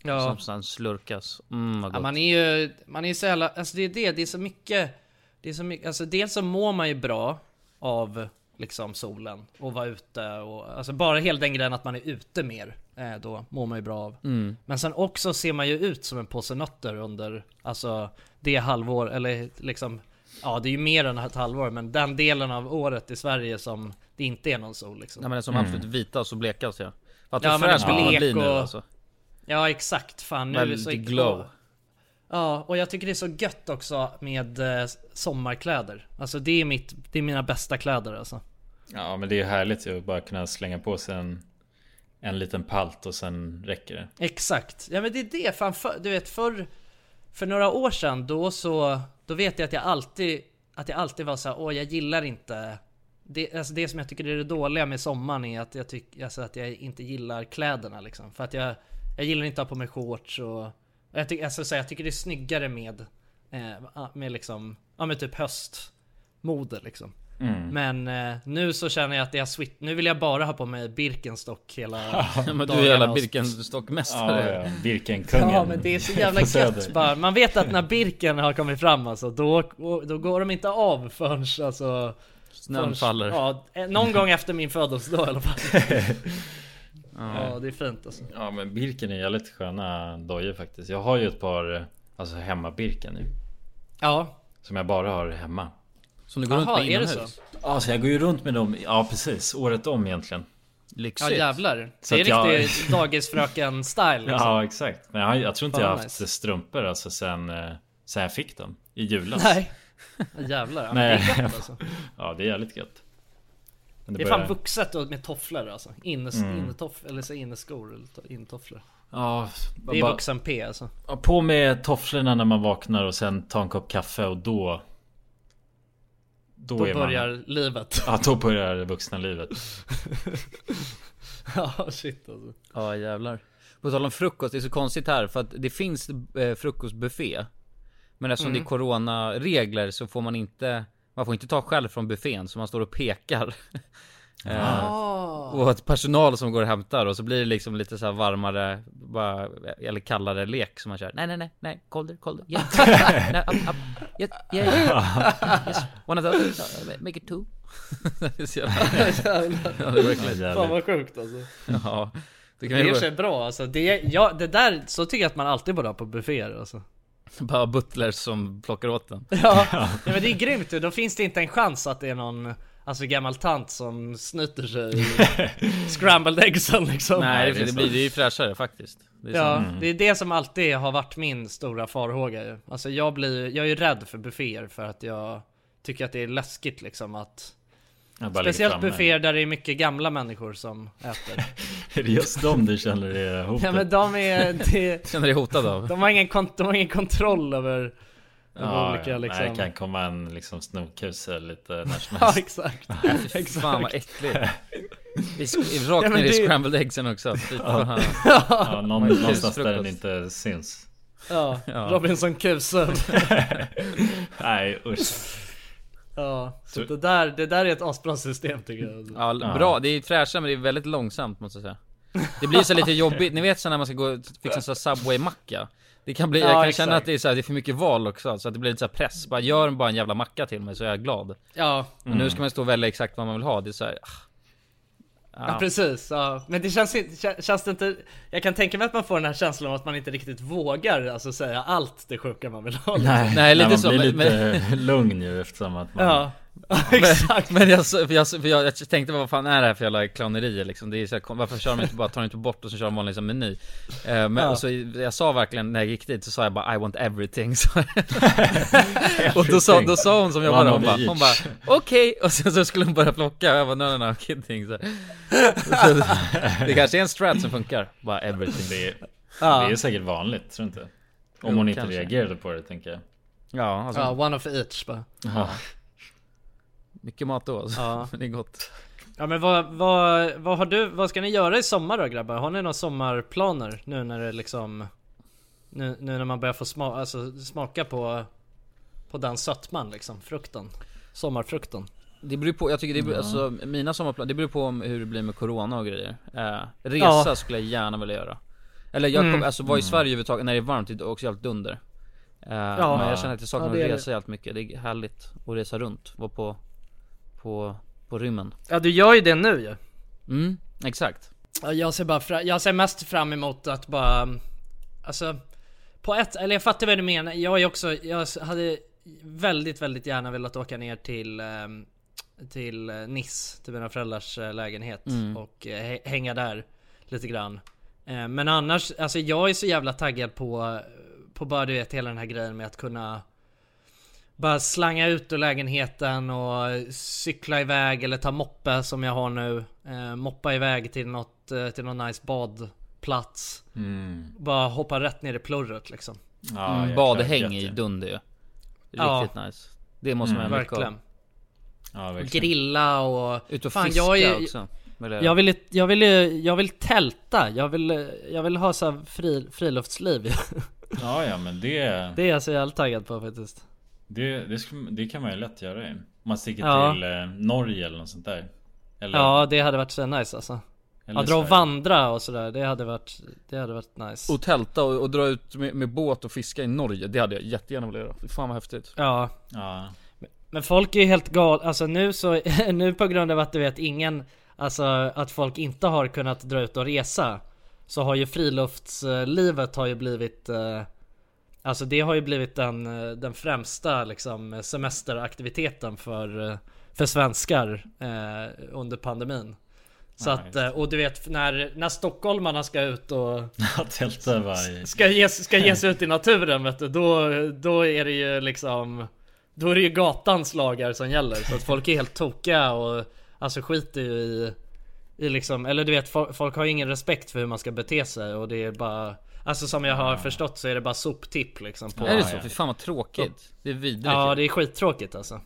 Ja.
Som sen slurkas. Mm vad
Ja,
gott.
man är ju, man är ju så jävla, alltså det är det, det är så mycket, det är så mycket, alltså dels så mår man ju bra av liksom solen och vara ute och, alltså bara hela den grejen att man är ute mer, eh, då mår man ju bra av. Men sen också ser man ju ut som en påse nötter under, alltså det halvår, eller liksom, ja det är ju mer än ett halvår, men den delen av året i Sverige som det inte är någon sol liksom.
Nej men som absolut vitas och blekas ja. Vad
Ja,
ja,
men
fräsch
blek
man blir nu
och-
alltså. *laughs*
Ja exakt, fan nu är det så
Väldigt glow.
Ja, och jag tycker det är så gött också med eh, sommarkläder. Alltså det är, mitt, det är mina bästa kläder alltså.
Ja, men det är ju härligt ju att bara kunna slänga på sig en, en liten palt och sen räcker det.
Exakt. Ja men det är det, fan för, du vet för, för några år sedan då så, då vet jag att jag alltid, att jag alltid var så här, åh jag gillar inte det, alltså det som jag tycker är det dåliga med sommaren är att jag, tyck, alltså att jag inte gillar kläderna liksom. För att jag, jag gillar inte att ha på mig shorts och... och Jag, tyck, alltså, så här, jag tycker det är snyggare med, eh, med liksom, ja men typ höstmode liksom. Men eh, nu så känner jag att jag switch, nu vill jag bara ha på mig Birkenstock hela
Men du är
dagarna
jävla
och-
Birkenstockmästare.
Ja, ja. Birkenkungen.
Ja men det är så jävla
*laughs* på Söder.
gött bara. Man vet att när Birken har kommit fram alltså, då, då går de inte av förrän alltså...
Snön
förrän-
faller.
Ja, eh, någon gång efter min födelsedag i alla
*laughs*
fall. ja det är fint alltså.
Ja, men Birken är jävligt sköna dojor faktiskt. Jag har ju ett par, eh, alltså hemmabirken nu.
Ja,
Som jag bara har hemma.
Som du går runt
Jaha,
med
är det
inomhus.
så?
Alltså jag går ju runt med dem, ja precis, året om egentligen.
ja
Lyxigt.
jävlar.
Så
det är
att jag-
riktigt dagisfröken style liksom.
Ja exakt. Men jag, har- jag tror inte
Fan,
jag har
nice.
haft strumpor alltså sen, eh, sen jag fick dem. I julas.
Nej. Jävlar. ja, men
Nej.
Det är gött alltså.
Ja, det är jävligt gött. Men
Det är
börjar-
fan vuxet och med tofflor alltså. Innes,
Mm.
innetoff, eller så inneskor eller to- intofflor.
Ja,
Det är
bara-
vuxen P alltså.
Ja, På med tofflorna när man vaknar och sen ta en kopp kaffe och då... Då,
Då
är
börjar
man...
livet. *laughs*
Ja, då börjar det vuxna livet.
ja shit alltså.
Ja jävlar. På tal om frukost, det är så konstigt här för att det finns eh, frukostbuffé. Men eftersom det är coronaregler så får man inte, man får inte ta själv från buffén så man står och pekar. Ah. Eh, åt personal som går och hämtar och så blir det liksom lite så här varmare, bara, eller kallare lek som man kör. Nej nej nej, nej, colder, colder. *laughs* Yeah. Nej, up, up. Yeah, yeah, yeah. Yes. One of those. Uh, Make it two. *laughs* Det är så jävla-
Ja,
Fan
jävligt.
vad sjukt alltså.
ja. Det kan
Det
ju
är
vara-
sig bra alltså. Det, ja, det där, så tycker jag att man alltid borde ha på bufféer alltså.
bara butlers som plockar åt den.
*laughs* Ja, ja men det är grymt ju. Då finns det inte en chans att det är någon Alltså gammal tant som snyter sig *laughs* i scrambled eggsen liksom.
Nej, det,
det är
det,
sant.
blir, det är ju fräschare faktiskt. Det är
Ja,
sant.
det är det som alltid har varit min stora farhåga ju. Alltså jag blir jag är ju rädd för bufféer för att jag tycker att det är läskigt liksom att
Jag bara ligger
Speciellt
framme.
bufféer där det är mycket gamla människor som
*laughs*
äter.
Är det just dem du
*laughs*
känner är hotet?
ja men de är, de,
Känner dig hotad *laughs* av?
de, har ingen, kont- de har ingen kontroll över över
Ja,
olika
ja.
liksom.
Nej, det kan komma en liksom snokhuse lite
*laughs*
när som
Ja
helst.
exakt.
Fy fan vad *laughs* äckligt. Vi sk- rakt
Ja, men
ner
det-
i scrambled eggsen också. Fy fan.
Ja, någon, någonstans där
Frukost.
den inte syns.
Ja, Robinson Crusoe.
Nej usch.
Ja, så det där, det där är ett asbra system tycker jag.
Ja, bra. Det är fräschare men det är väldigt långsamt måste jag säga. Det blir så lite jobbigt. Ni vet så när man ska gå och fixa en sån här Subway-macka. Det kan bli, jag
Ja,
kan
exakt.
känna att det är, så här, det är för mycket val också, så att det blir lite så här press. Bara gör bara en jävla macka till mig så är jag glad.
Ja,
Men nu ska man stå och välja exakt vad man vill ha. Det är så här, ah,
ja. precis. Ja. Men det känns, inte- kä- känns det inte... Jag kan tänka mig att man får den här känslan av att man inte riktigt vågar alltså, säga allt det sjuka man vill ha. liksom.
Nej,
Nej, lite
man
så,
blir
men-
lite *laughs* lugn ju eftersom att man...
Ja, *laughs* ja exakt.
Men jag, så- för jag, så- för jag, jag tänkte vad fan är det här för jävla clownerier liksom? Det är så här, kom- varför kör de inte bara, tar de inte bort och så kör de vanlig som meny? Eh, men,
Ja.
och så, jag sa verkligen när jag gick dit så sa jag bara I want everything så, Och då sa, då sa hon som jag
One
bara,
of
hon bara,
each.
hon bara okej och sen så skulle hon börja plocka och jag bara no no no I'm kidding så, här. så, Det kanske är en strat som funkar, bara everything
Det, det
Ja.
är säkert vanligt, tror du inte? Om
Jo,
hon inte
kanske.
reagerade på det, tänker jag.
Ja alltså,
Ja, one of each bara.
Ja.
mycket mat då alltså.
Ja.
Men det är gott
Ja men vad, vad, vad har du, vad ska ni göra i sommar då grabbar? Har ni några sommarplaner nu när det liksom Nu, nu när man börjar få sma, alltså, smaka på På den sötman liksom, frukten Sommarfrukten
Det beror på, jag tycker det beror,
Mm.
alltså, mina sommarplaner, det beror på om hur det blir med corona och grejer eh, Resa
Ja. Mm.
skulle jag gärna vilja göra Eller jag kommer, alltså vara i Sverige överhuvudtaget när det är varmt, det är också jävligt dunder eh, Men jag känner att jag saknar
Ja, det är
att
det.
resa jävligt mycket, det är härligt att resa runt, vara på, på, på rymmen
Ja du gör ju det nu ju
Mm, exakt
Ja, Jag ser bara fra- jag ser mest fram emot att bara mm, Alltså På ett, eller jag fattar vad du menar, jag är också, jag s- hade väldigt väldigt gärna velat åka ner till ehm, Till eh, Nice, till mina föräldrars eh, lägenhet och eh, hä- hänga där Lite grann Eh, Men annars, alltså jag är så jävla taggad på På bara du vet hela den här grejen med att kunna bara slanga ut ur lägenheten och eh, cykla iväg eller ta moppe som jag har nu. Eh, moppa iväg till, något, eh, till någon nice badplats. Bara hoppa rätt ner i plurret liksom.
Ja,
mm,
jäklar,
Badhäng
gött
i
ju.
dunder ju
Ja. Mm,
Riktigt nice Det måste man göra mycket av.
Verkligen.
Ja, verkligen.
Grilla och...
Ut och
Fan,
fiska
jag är-
också vill
Jag
jag göra.
vill, jag vill, jag vill tälta. Jag vill, eh, jag vill ha så här fri, friluftsliv. *laughs*
Ja, ja, men det,
Det är jag så jävla taggad på faktiskt.
det, det, skulle- det kan man ju lätt göra ju. Om man sticker
Ja.
till eh, Norge eller något sånt där. Eller,
Ja, det hade varit så nice alltså. Ja,
eller
dra och
Sverige.
vandra och sådär. Det hade varit, det hade varit nice.
Och tälta och, och dra ut med, med båt och fiska i Norge, det hade jag jättegärna velat göra. Fy Fan vad häftigt
Ja,
Ja. *laughs*
Men folk är ju helt gal, alltså nu så, *laughs* nu på grund av att du vet ingen, alltså att folk inte har kunnat dra ut och resa. Så har ju friluftslivet har ju blivit, eh, alltså det har ju blivit den, eh, den främsta liksom semesteraktiviteten för, eh, för svenskar eh, under pandemin. Så att, eh, och du vet när, när stockholmarna ska ut och
Att tälta varje...
ska ge, ska ge sig ut i naturen vet du, då, då är det ju liksom Då är det ju gatans lagar som gäller så att folk är helt tokiga och alltså skiter ju i, i liksom, eller du vet fo- folk har ju ingen respekt för hur man ska bete sig och det är bara Alltså som jag har förstått så är det bara soptipp liksom på
Är det så? Fy fan vad tråkigt. Det är vidrigt. Mm.
Ja
Ja,
det är skittråkigt alltså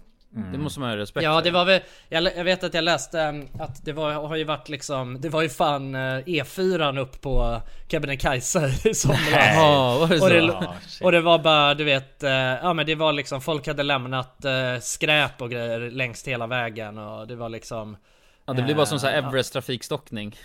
det måste man ha respekt
Ja det var väl, jag, jag vet att jag läste mm, att det var, har ju varit liksom, det var ju fan eh, E4 upp på Kebnekaise i *laughs* somras.
Jaha, var det så? Ah,
Och det, och det var bara, du vet, eh, ja men det var liksom, folk hade lämnat eh, skräp och grejer längs hela vägen och det var liksom
ja, det blir bara som så här Everest trafikstockning.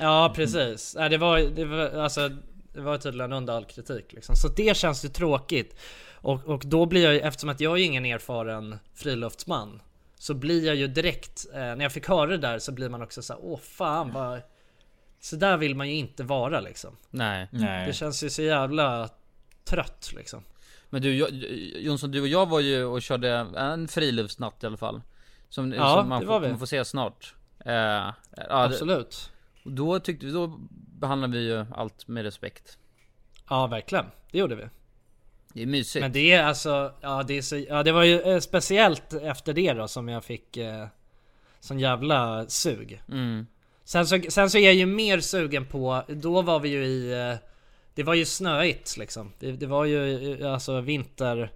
Ja precis, ja, det, var, det var alltså det var tydligen under all kritik liksom. Så det känns ju tråkigt. Och, och då blir jag ju, eftersom att jag är ju ingen erfaren friluftsman. Så blir jag ju direkt, eh, när jag fick höra det där så blir man också så här, åh fan vad... Så där vill man ju inte vara liksom.
Nej.
Det
Nej.
känns ju så jävla trött liksom.
Men du jag, Jonsson, du och jag var ju och körde en friluftsnatt i alla fall. Som,
Ja,
som man
det
får,
var vi.
kommer få se snart. Eh, ja, Absolut.
Absolut.
Då tyckte vi, då behandlade vi ju allt med respekt.
Ja verkligen, det gjorde vi.
Det är mysigt.
Men det är alltså, ja det, är så, ja, det var ju eh, speciellt efter det då som jag fick eh, sån jävla sug. Sen, så, sen så är jag ju mer sugen på, då var vi ju i, eh, det var ju snöigt liksom. Det, det var ju eh, alltså vinter,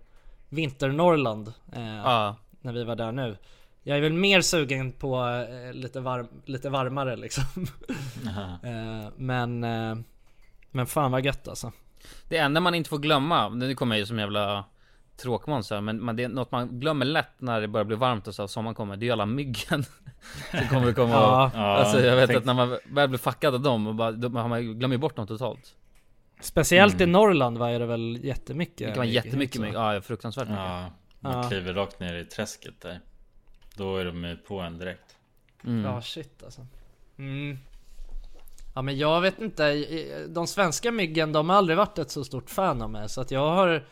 vinternorrland eh,
Ja.
när vi var där nu. Jag är väl mer sugen på eh, lite, varm, lite varmare liksom. *laughs* eh, men, eh, men fan vad gött alltså.
Det enda man inte får glömma, nu kommer jag ju som jävla tråkmåns här, men, men det är något man glömmer lätt när det börjar bli varmt och så och sommaren kommer, det är ju alla myggen. *laughs* Som kommer komma
Ja.
och, alltså jag vet
tänkte-
att när man väl blir fackad av dem, och bara, då har man ju- glömmer ju bort dem totalt.
Speciellt i Norrland va, är det väl jättemycket?
Det kan vara jättemycket mygg, ja fruktansvärt mycket.
Ja, man kliver rakt ner i träsket där. Då är de ju på en direkt.
Ja shit alltså. Mm. Ja men jag vet inte, de svenska myggen de har aldrig varit ett så stort fan av mig så att jag har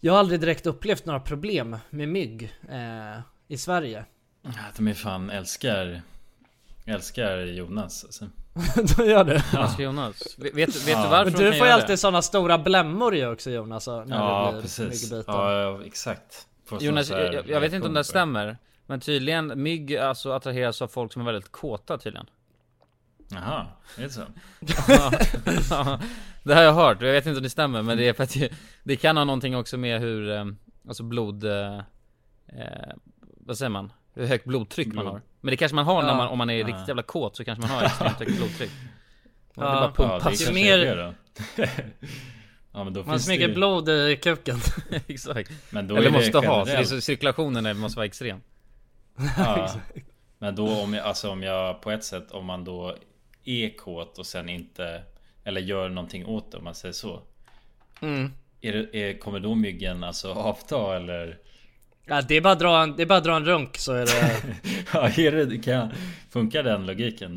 Jag har aldrig direkt upplevt några problem med mygg eh, i Sverige. *laughs*
De är fan älskar Älskar Jonas alltså.
de gör det. *laughs*
Alltså Jonas, vet, vet vet du varför
Men
de
du
kan
får ju
göra
alltid sådana stora blämmor ju också Jonas när
Ja
det blir
precis
myggbiten.
ja, ja exakt Får
det? Jonas,
sån här
jag, jag- jag vet inte om det här
reaktion på
stämmer. Men tydligen, mygg alltså attraheras av folk som är väldigt kåta tydligen.
Jaha, är det så?
Det har jag hört, och jag vet inte om det stämmer men det är för att det, det kan ha någonting också med hur, eh, alltså blod, eh, eh, vad säger man? Hur högt blodtryck man har. Men det kanske man har när man, om man är riktigt jävla kåt så kanske man *laughs* har extremt högt blodtryck.
Ja.
Det bara
Ja, det
pumpas.
kanske
mer-
är det då *laughs* Ja men då
Man
finns det
smyger
ju...
blod i kuken. *laughs*
Exakt.
Men då
Eller
är det
måste ha, så det är
generellt.
så cirkulationen är- måste vara extrem.
Ja. Men då om jag, alltså om jag på ett sätt om man då är kåt och sen inte Eller gör någonting åt det om man säger så
Mm.
är det, är, Kommer då myggen alltså avta eller?
ja, det, är bara att dra en, det är bara att dra en runk så är det...
Ja, är det, kan, funkar den logiken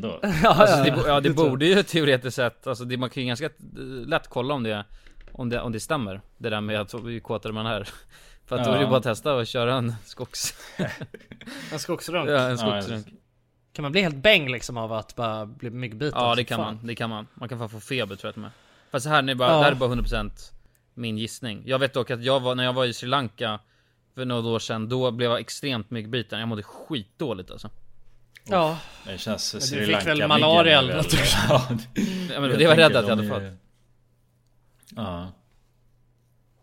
*laughs*
då?
Alltså det, bo- *laughs* ja, det borde ju teoretiskt sett, alltså det, man kan ju ganska eh, lätt kolla om det, om det, om det stämmer. Det där med att hur kåtare man är. *laughs* För att då är det ju
Ja.
bara att testa och köra en skogs...
En skogsrunk.
Ja, en
*laughs* Ja,
skogsrunk.
Kan man bli helt bäng liksom av att bara bli myggbiten?
Ja
Alltså,
det kan
fan.
man, det kan man. Man kan fan få feber tror jag till och med. Fast det här, nu bara,
Ja.
det här är bara 100% min gissning. Jag vet dock att jag var, när jag var i Sri Lanka för några år sedan, då blev jag extremt myggbiten. Jag mådde skitdåligt alltså.
Ja,
Det känns
du
Sri
fick
Lanka-
väl malaria eller
myggen är
något?
väl- *laughs* Ja, det-
Ja, men
jag
det var
tänker
räddat i
de
alla
är-
fall.
Ja,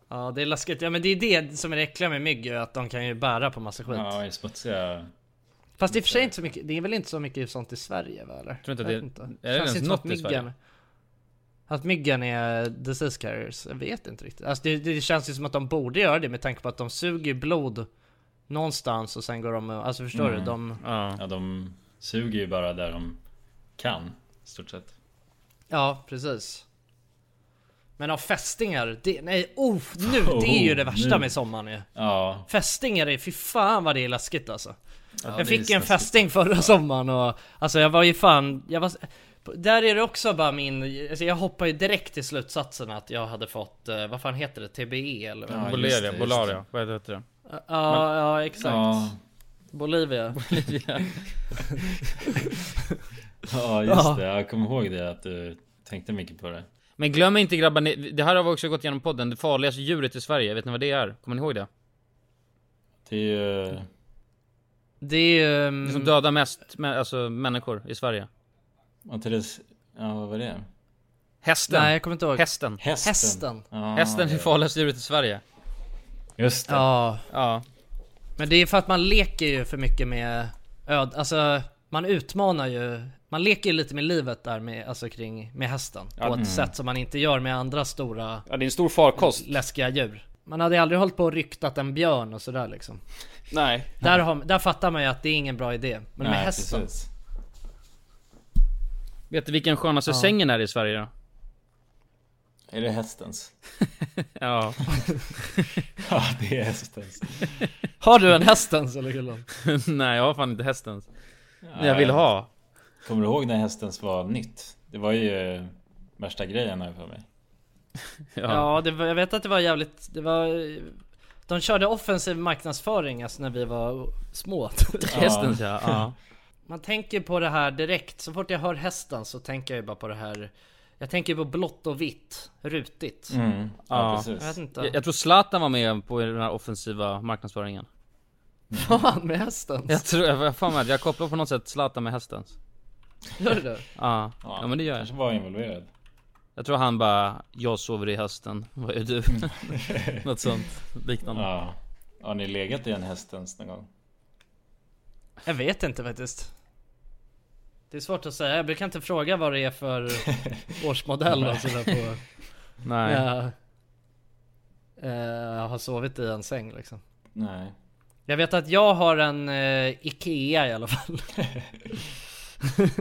Ja det är läskigt. Ja men det är det som är det äckliga med mygg, ju, att de kan ju bära på massa skit.
ja, i smutsiga
Fast i och för sig inte så mycket, det är väl inte så mycket sånt i Sverige va eller?
Tror inte
Jag
det-
vet
är det
Känns
ens
inte som
något i Sverige?
Att myggen är disease carriers? Jag vet inte riktigt. Alltså det, det känns ju som att de borde göra det med tanke på att de suger blod någonstans och sen går de och, alltså förstår
Mm.
du? De,
Ja.
Ja, de suger ju bara där de kan i stort sett
ja precis. Men av fästingar, det, nej oh, nu, det är ju det
Oh,
värsta
nu.
med sommaren ju.
Ja,
Fästingar är, fy fan vad det är läskigt alltså.
det
jag
är
fick en
läskigt.
fästing förra sommaren och alltså jag var ju fan, jag var, där är det också bara min, alltså jag hoppar ju direkt till slutsatsen att jag hade fått, eh, vad fan heter det, TBE eller vad?
Ja, just det,
Boleria,
just
Bolaria, vad heter det?
Ja, ja, exakt.
ja,
Bolivia.
ja just det, jag kommer ihåg det att du tänkte mycket på det
Men glöm inte grabbar, ni- det här har vi också gått igenom i podden, det farligaste djuret i Sverige, vet ni vad det är? Kommer ni ihåg det?
Det är ju...
Det är ju...
Det
mm,
Som dödar mest mä- alltså, människor i Sverige.
Och till dess, ja, vad var det?
Hästen.
Nej, jag kommer inte ihåg.
Hästen.
Hästen.
Hästen.
Ja,
Hästen är farligaste djuret i Sverige.
just det.
Ja,
Ja.
men det är för att man leker ju för mycket med öd... Alltså, man utmanar ju... Man leker ju lite med livet där med, alltså kring, med hästen. På
Mm.
ett sätt som man inte gör med andra stora
Ja, det är en stor farkost.
läskiga djur. Man hade ju aldrig hållit på och ryktat en björn och sådär liksom.
Nej.
Där, har, där fattar man ju att det är ingen bra idé. Men med
Nej,
hästen.
precis.
Vet du vilken skönaste sängen är i Sverige då?
Är det hästens?
Ja. *laughs*
Ja, det är hästens.
Har du en hästens eller Gullan?
Nej, jag har fan inte hästens. Men jag vill ha.
Kommer du ihåg när hästens var nytt? Det var ju eh, värsta grejen här för mig.
Ja.
Ja, det var, jag vet att det var jävligt... Det var... De körde offensiv marknadsföring alltså när vi var små.
Hästens ja. ja.
Man tänker på det här direkt. Så fort jag hör hästen så tänker jag ju bara på det här. Jag tänker på blått och vitt. Rutigt.
Mm. Ja,
Ja.
Jag vet
precis.
inte.
Jag, jag tror Zlatan var med på den här offensiva marknadsföringen.
Fan med *laughs* hästen.
Jag tror, jag har för mig att jag kopplar på något sätt Zlatan med hästens.
Gör du det?
Ja. ja. men det gör jag.
Kanske var involverad.
Jag tror han bara, jag sover i hösten, vad är du? *laughs* något sånt liknande.
Ja. Har ni legat i en hästens någon gång?
Jag vet inte faktiskt. Det är svårt att säga. Jag brukar inte fråga vad det är för årsmodell och sådär på...
Nej.
Jag, eh, har sovit i en säng liksom.
Nej.
Jag vet att jag har en eh, Ikea i alla fall.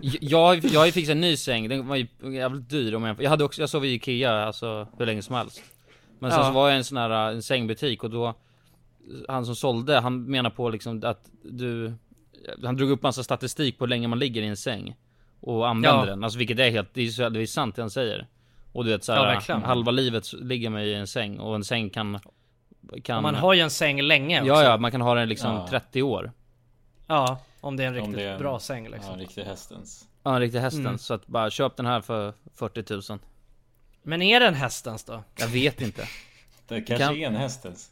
Jag, jag har ju fixat en ny säng, den var ju jävligt dyr om jag Jag hade också, jag sov i Ikea alltså hur länge som helst Men sen
Ja.
så var jag i en sån här äh, en sängbutik och då Han som sålde, han menar på liksom att du Han drog upp massa statistik på hur länge man ligger i en säng Och använder
Ja.
den, alltså vilket är helt, det är, så, det är sant det han säger Och du vet
Ja,
såhär,
verkligen.
halva livet så ligger man i en säng och en säng kan, kan
Man har ju en säng länge också.
Mm. Ja ja, man kan ha den liksom 30 år
Ja, om det är en riktigt
det är en-
bra säng
Ja,
liksom.
riktig hästens.
Ja, riktigt hästen,
Mm.
så att bara köp den här för 40 000
Men är den hästens då?
Jag vet inte
Det kanske
Kan-
är en hästens.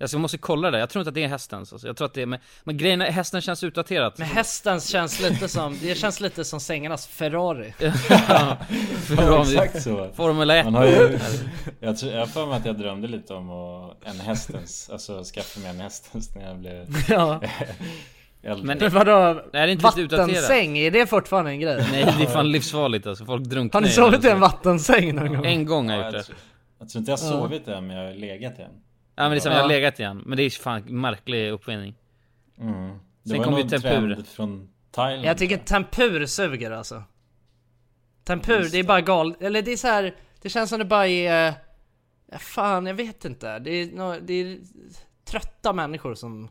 Alltså jag måste kolla det, jag tror inte att det är hästens alltså. Jag tror att det är, men, men grejen är, hästen känns utdaterat *laughs*
Men hästens känns lite som, det känns lite som sängarnas Ferrari.
Ja, exakt så.
Formel 1
Man har
*laughs*
ju, jag tror, jag har för mig att jag drömde lite om att- en hästens, alltså skaffa mig en hästens när jag blev
*laughs* Ja.
äldre.
Men-
Men vadå?
Är det inte lite utdaterat?
Vattensäng, är det fortfarande en grej?
Nej det är fan livsfarligt alltså, folk drunknar
Har ni
i den,
sovit i
alltså.
en vattensäng någon gång?
En gång har jag
Ja,
gjort det
jag, tror, jag tror inte jag har sovit än, men jag har legat än.
Ja men det är som jag har
Ja.
legat igen, men det är fan märklig uppfinning
Mm. Det
Sen
var
kom ju
någon
tempur.
trend från Thailand.
Jag tycker tempur suger alltså. Tempur, det är bara gal... Eller det är så här. det känns som det bara är... Ja, fan, jag vet inte. Det är, nå- det är trötta människor som,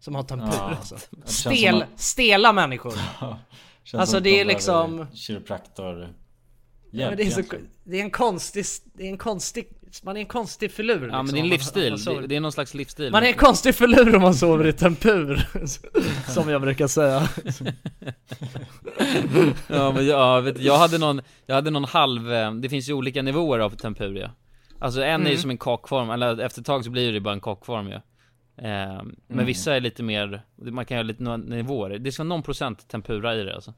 som har tempur alltså.
känns som
Stel,
att-
stela människor.
Känns
Alltså,
som
det är
de behöver
liksom-
Kiropraktor...
Ja,
Hjälp,
men det, är så,
egentligen.
det är en konstig... Det är en konstig... Man är en konstig liksom. filur
Ja men det är en livsstil, det, det är någon slags livsstil
Man är en konstig förlur om man sover i tempur, *laughs* som jag brukar säga.
Ja men jag, ja, vet, du, jag hade någon, jag hade någon halv, eh, det finns ju olika nivåer av tempur ja. Alltså en
Mm.
är ju som en kakform, eller efter ett tag så blir det bara en kakform ju. Eh, men
Mm.
vissa är lite mer, man kan göra lite några nivåer, det ska någon procent tempura i det alltså.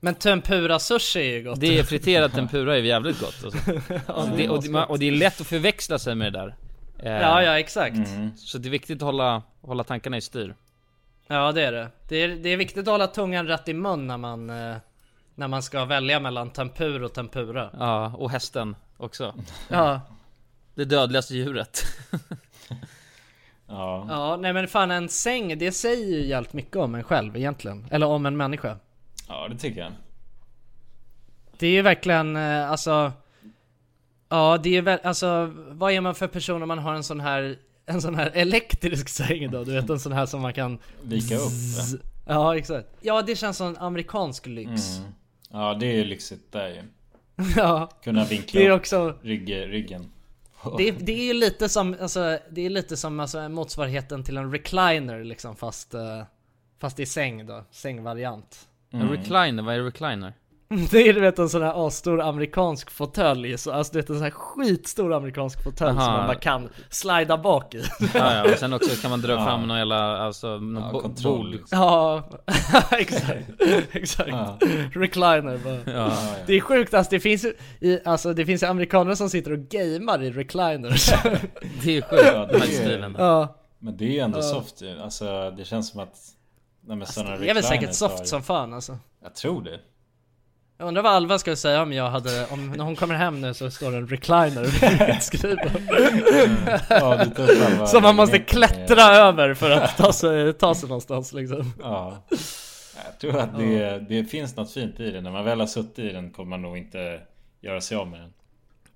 Men tempura-sushi är ju gott.
Det
*laughs*
är friterad tempura är jävligt gott alltså. det, och, det, och det är lätt att förväxla sig med det där. Eh,
Ja, ja, exakt.
Så det är viktigt att hålla, hålla tankarna i styr.
Ja, det är det. Det är, det är viktigt att hålla tungan rätt i mun när man, eh, när man ska välja mellan tempur och tempura.
Ja, och hästen också.
Ja,
Det dödligaste djuret.
Ja.
ja nej men fan en säng, det säger ju jävligt mycket om en själv egentligen. Eller om en människa.
ja, det tycker jag.
Det är ju verkligen, eh, alltså... Ja, det är väl, alltså vad är man för person om man har en sån här, en sån här elektrisk säng då? Du vet en sån här som man kan...
Vika upp. va?
Ja, exakt. Ja, det känns som amerikansk lyx.
Ja, det är ju lyxigt där ju.
Ja,
Kunna vinkla
det är
upp
också...
rygg, ryggen.
Det, det är ju lite som, alltså, det är lite som alltså, motsvarigheten till en recliner liksom fast, eh, fast i säng då, sängvariant. *laughs*
En recliner, vad är recliner?
Det är du vet en sån här asstor amerikansk fåtölj, så alltså du vet en sån här skitstor amerikansk fåtölj som
Aha.
man bara kan slida bak i.
Ja, ja, och sen också kan man dra fram någon jävla, alltså, någon bo-
kontroll,
*laughs*
bord.
Ja,
*laughs*
exakt. exakt. Recliner bara.
Ja.
Det är sjukt alltså, det finns ju, i, alltså det finns ju amerikaner som sitter och gamear i recliners. *laughs*
Det är sjukt, den här
det är-
stilen.
ja,
Men det är ju ändå soft ju. Alltså det känns som att... Nej, men såna
det är väl säkert
recliners
soft
har-
som fan alltså.
Jag tror det.
Jag undrar vad Alva skulle säga om jag hade, om när hon kommer hem nu så står det en
*laughs*
recliner utskriven.
Ja, typ du tar upp
*laughs*
halva
Som man måste
lägenheten i-
klättra över för att ta sig, ta sig någonstans liksom.
Ja. Jag tror att det, det finns något fint i den. När man väl har suttit i den kommer man nog inte göra sig av med den.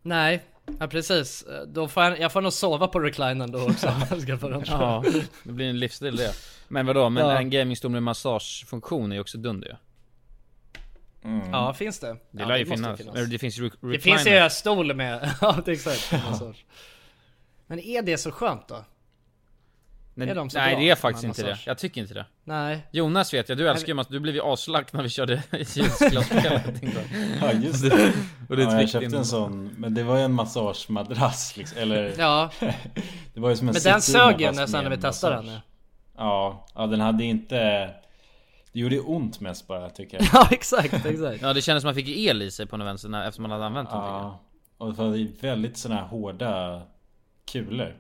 Nej, ja precis. Då får jag, jag får nog sova på reclinern då också om jag ska få den.
Ja, det blir en livsstil det. Men vadå, men
Ja.
en gamingstol med massagefunktion är ju också dunder ju.
Ja, finns det?
Det
ja,
lär ju
måste
finnas.
finnas.
Eller Det finns ju re-
Det finns ju
recliner.
stol med, *laughs* ja det är exakt. massage. Men är det så skönt då?
Nej,
är de så
nej
bra,
det är faktiskt
med
inte det.
massage?
Jag tycker inte det.
Nej.
Jonas vet jag, du älskar ju massage. Du blev ju aslack när vi körde *laughs* ljusglasspelet. tänkte jag.
Ja just det.
*laughs* Och det är ett
Ja, jag
viktigt
köpte
innan.
en sån. Men det var ju en massagemadrass liksom. Eller
Ja,
*laughs* det var ju som en
men den
sittina,
sög ju
fast
nästan
med
när vi testade den.
massage.
nu.
Ja, ja den hade inte... Det gjorde ont mest bara tycker jag.
*laughs* Ja, exakt, exakt.
Ja det kändes som att man fick el i sig på den vänstern när- eftersom man hade använt den. tycker jag.
Ja. Och det var väldigt sådana här hårda kulor.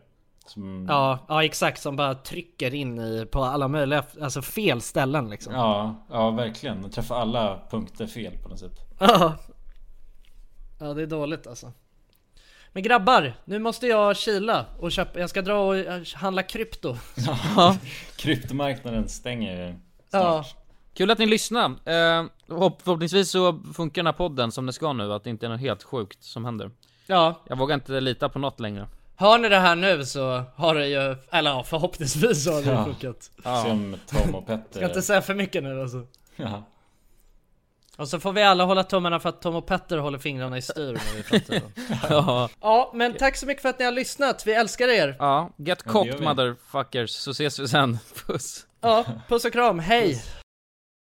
Som, ja.
Ja, ja, exakt som bara trycker in i, på alla möjliga, alltså fel ställen liksom.
ja, verkligen. Den träffade alla punkter fel på något sätt.
Ja. *laughs* Ja det är dåligt alltså. Men grabbar, nu måste jag kila och köpa, jag ska dra och eh, handla krypto.
Kryptomarknaden stänger
Ja.
snart.
Kul att ni lyssnade. Eh, hopp- förhoppningsvis så funkar den här podden som den ska nu, att det inte är något helt sjukt som händer.
Ja,
Jag vågar inte lita på något längre.
hör ni det här nu så har det ju, eller ja, förhoppningsvis har det ju funkat.
Se om Tom och Petter...
Jag ska inte säga för mycket nu alltså.
ja.
Och så får vi alla hålla tummarna för att Tom och Petter håller fingrarna i styr nu i framtiden.
Ja,
Ja, men tack så mycket för att ni har lyssnat. Vi älskar er.
ja. Get
gör
cocked
vi.
motherfuckers, så ses vi sen. *laughs* Puss.
Ja, puss och kram. Hej!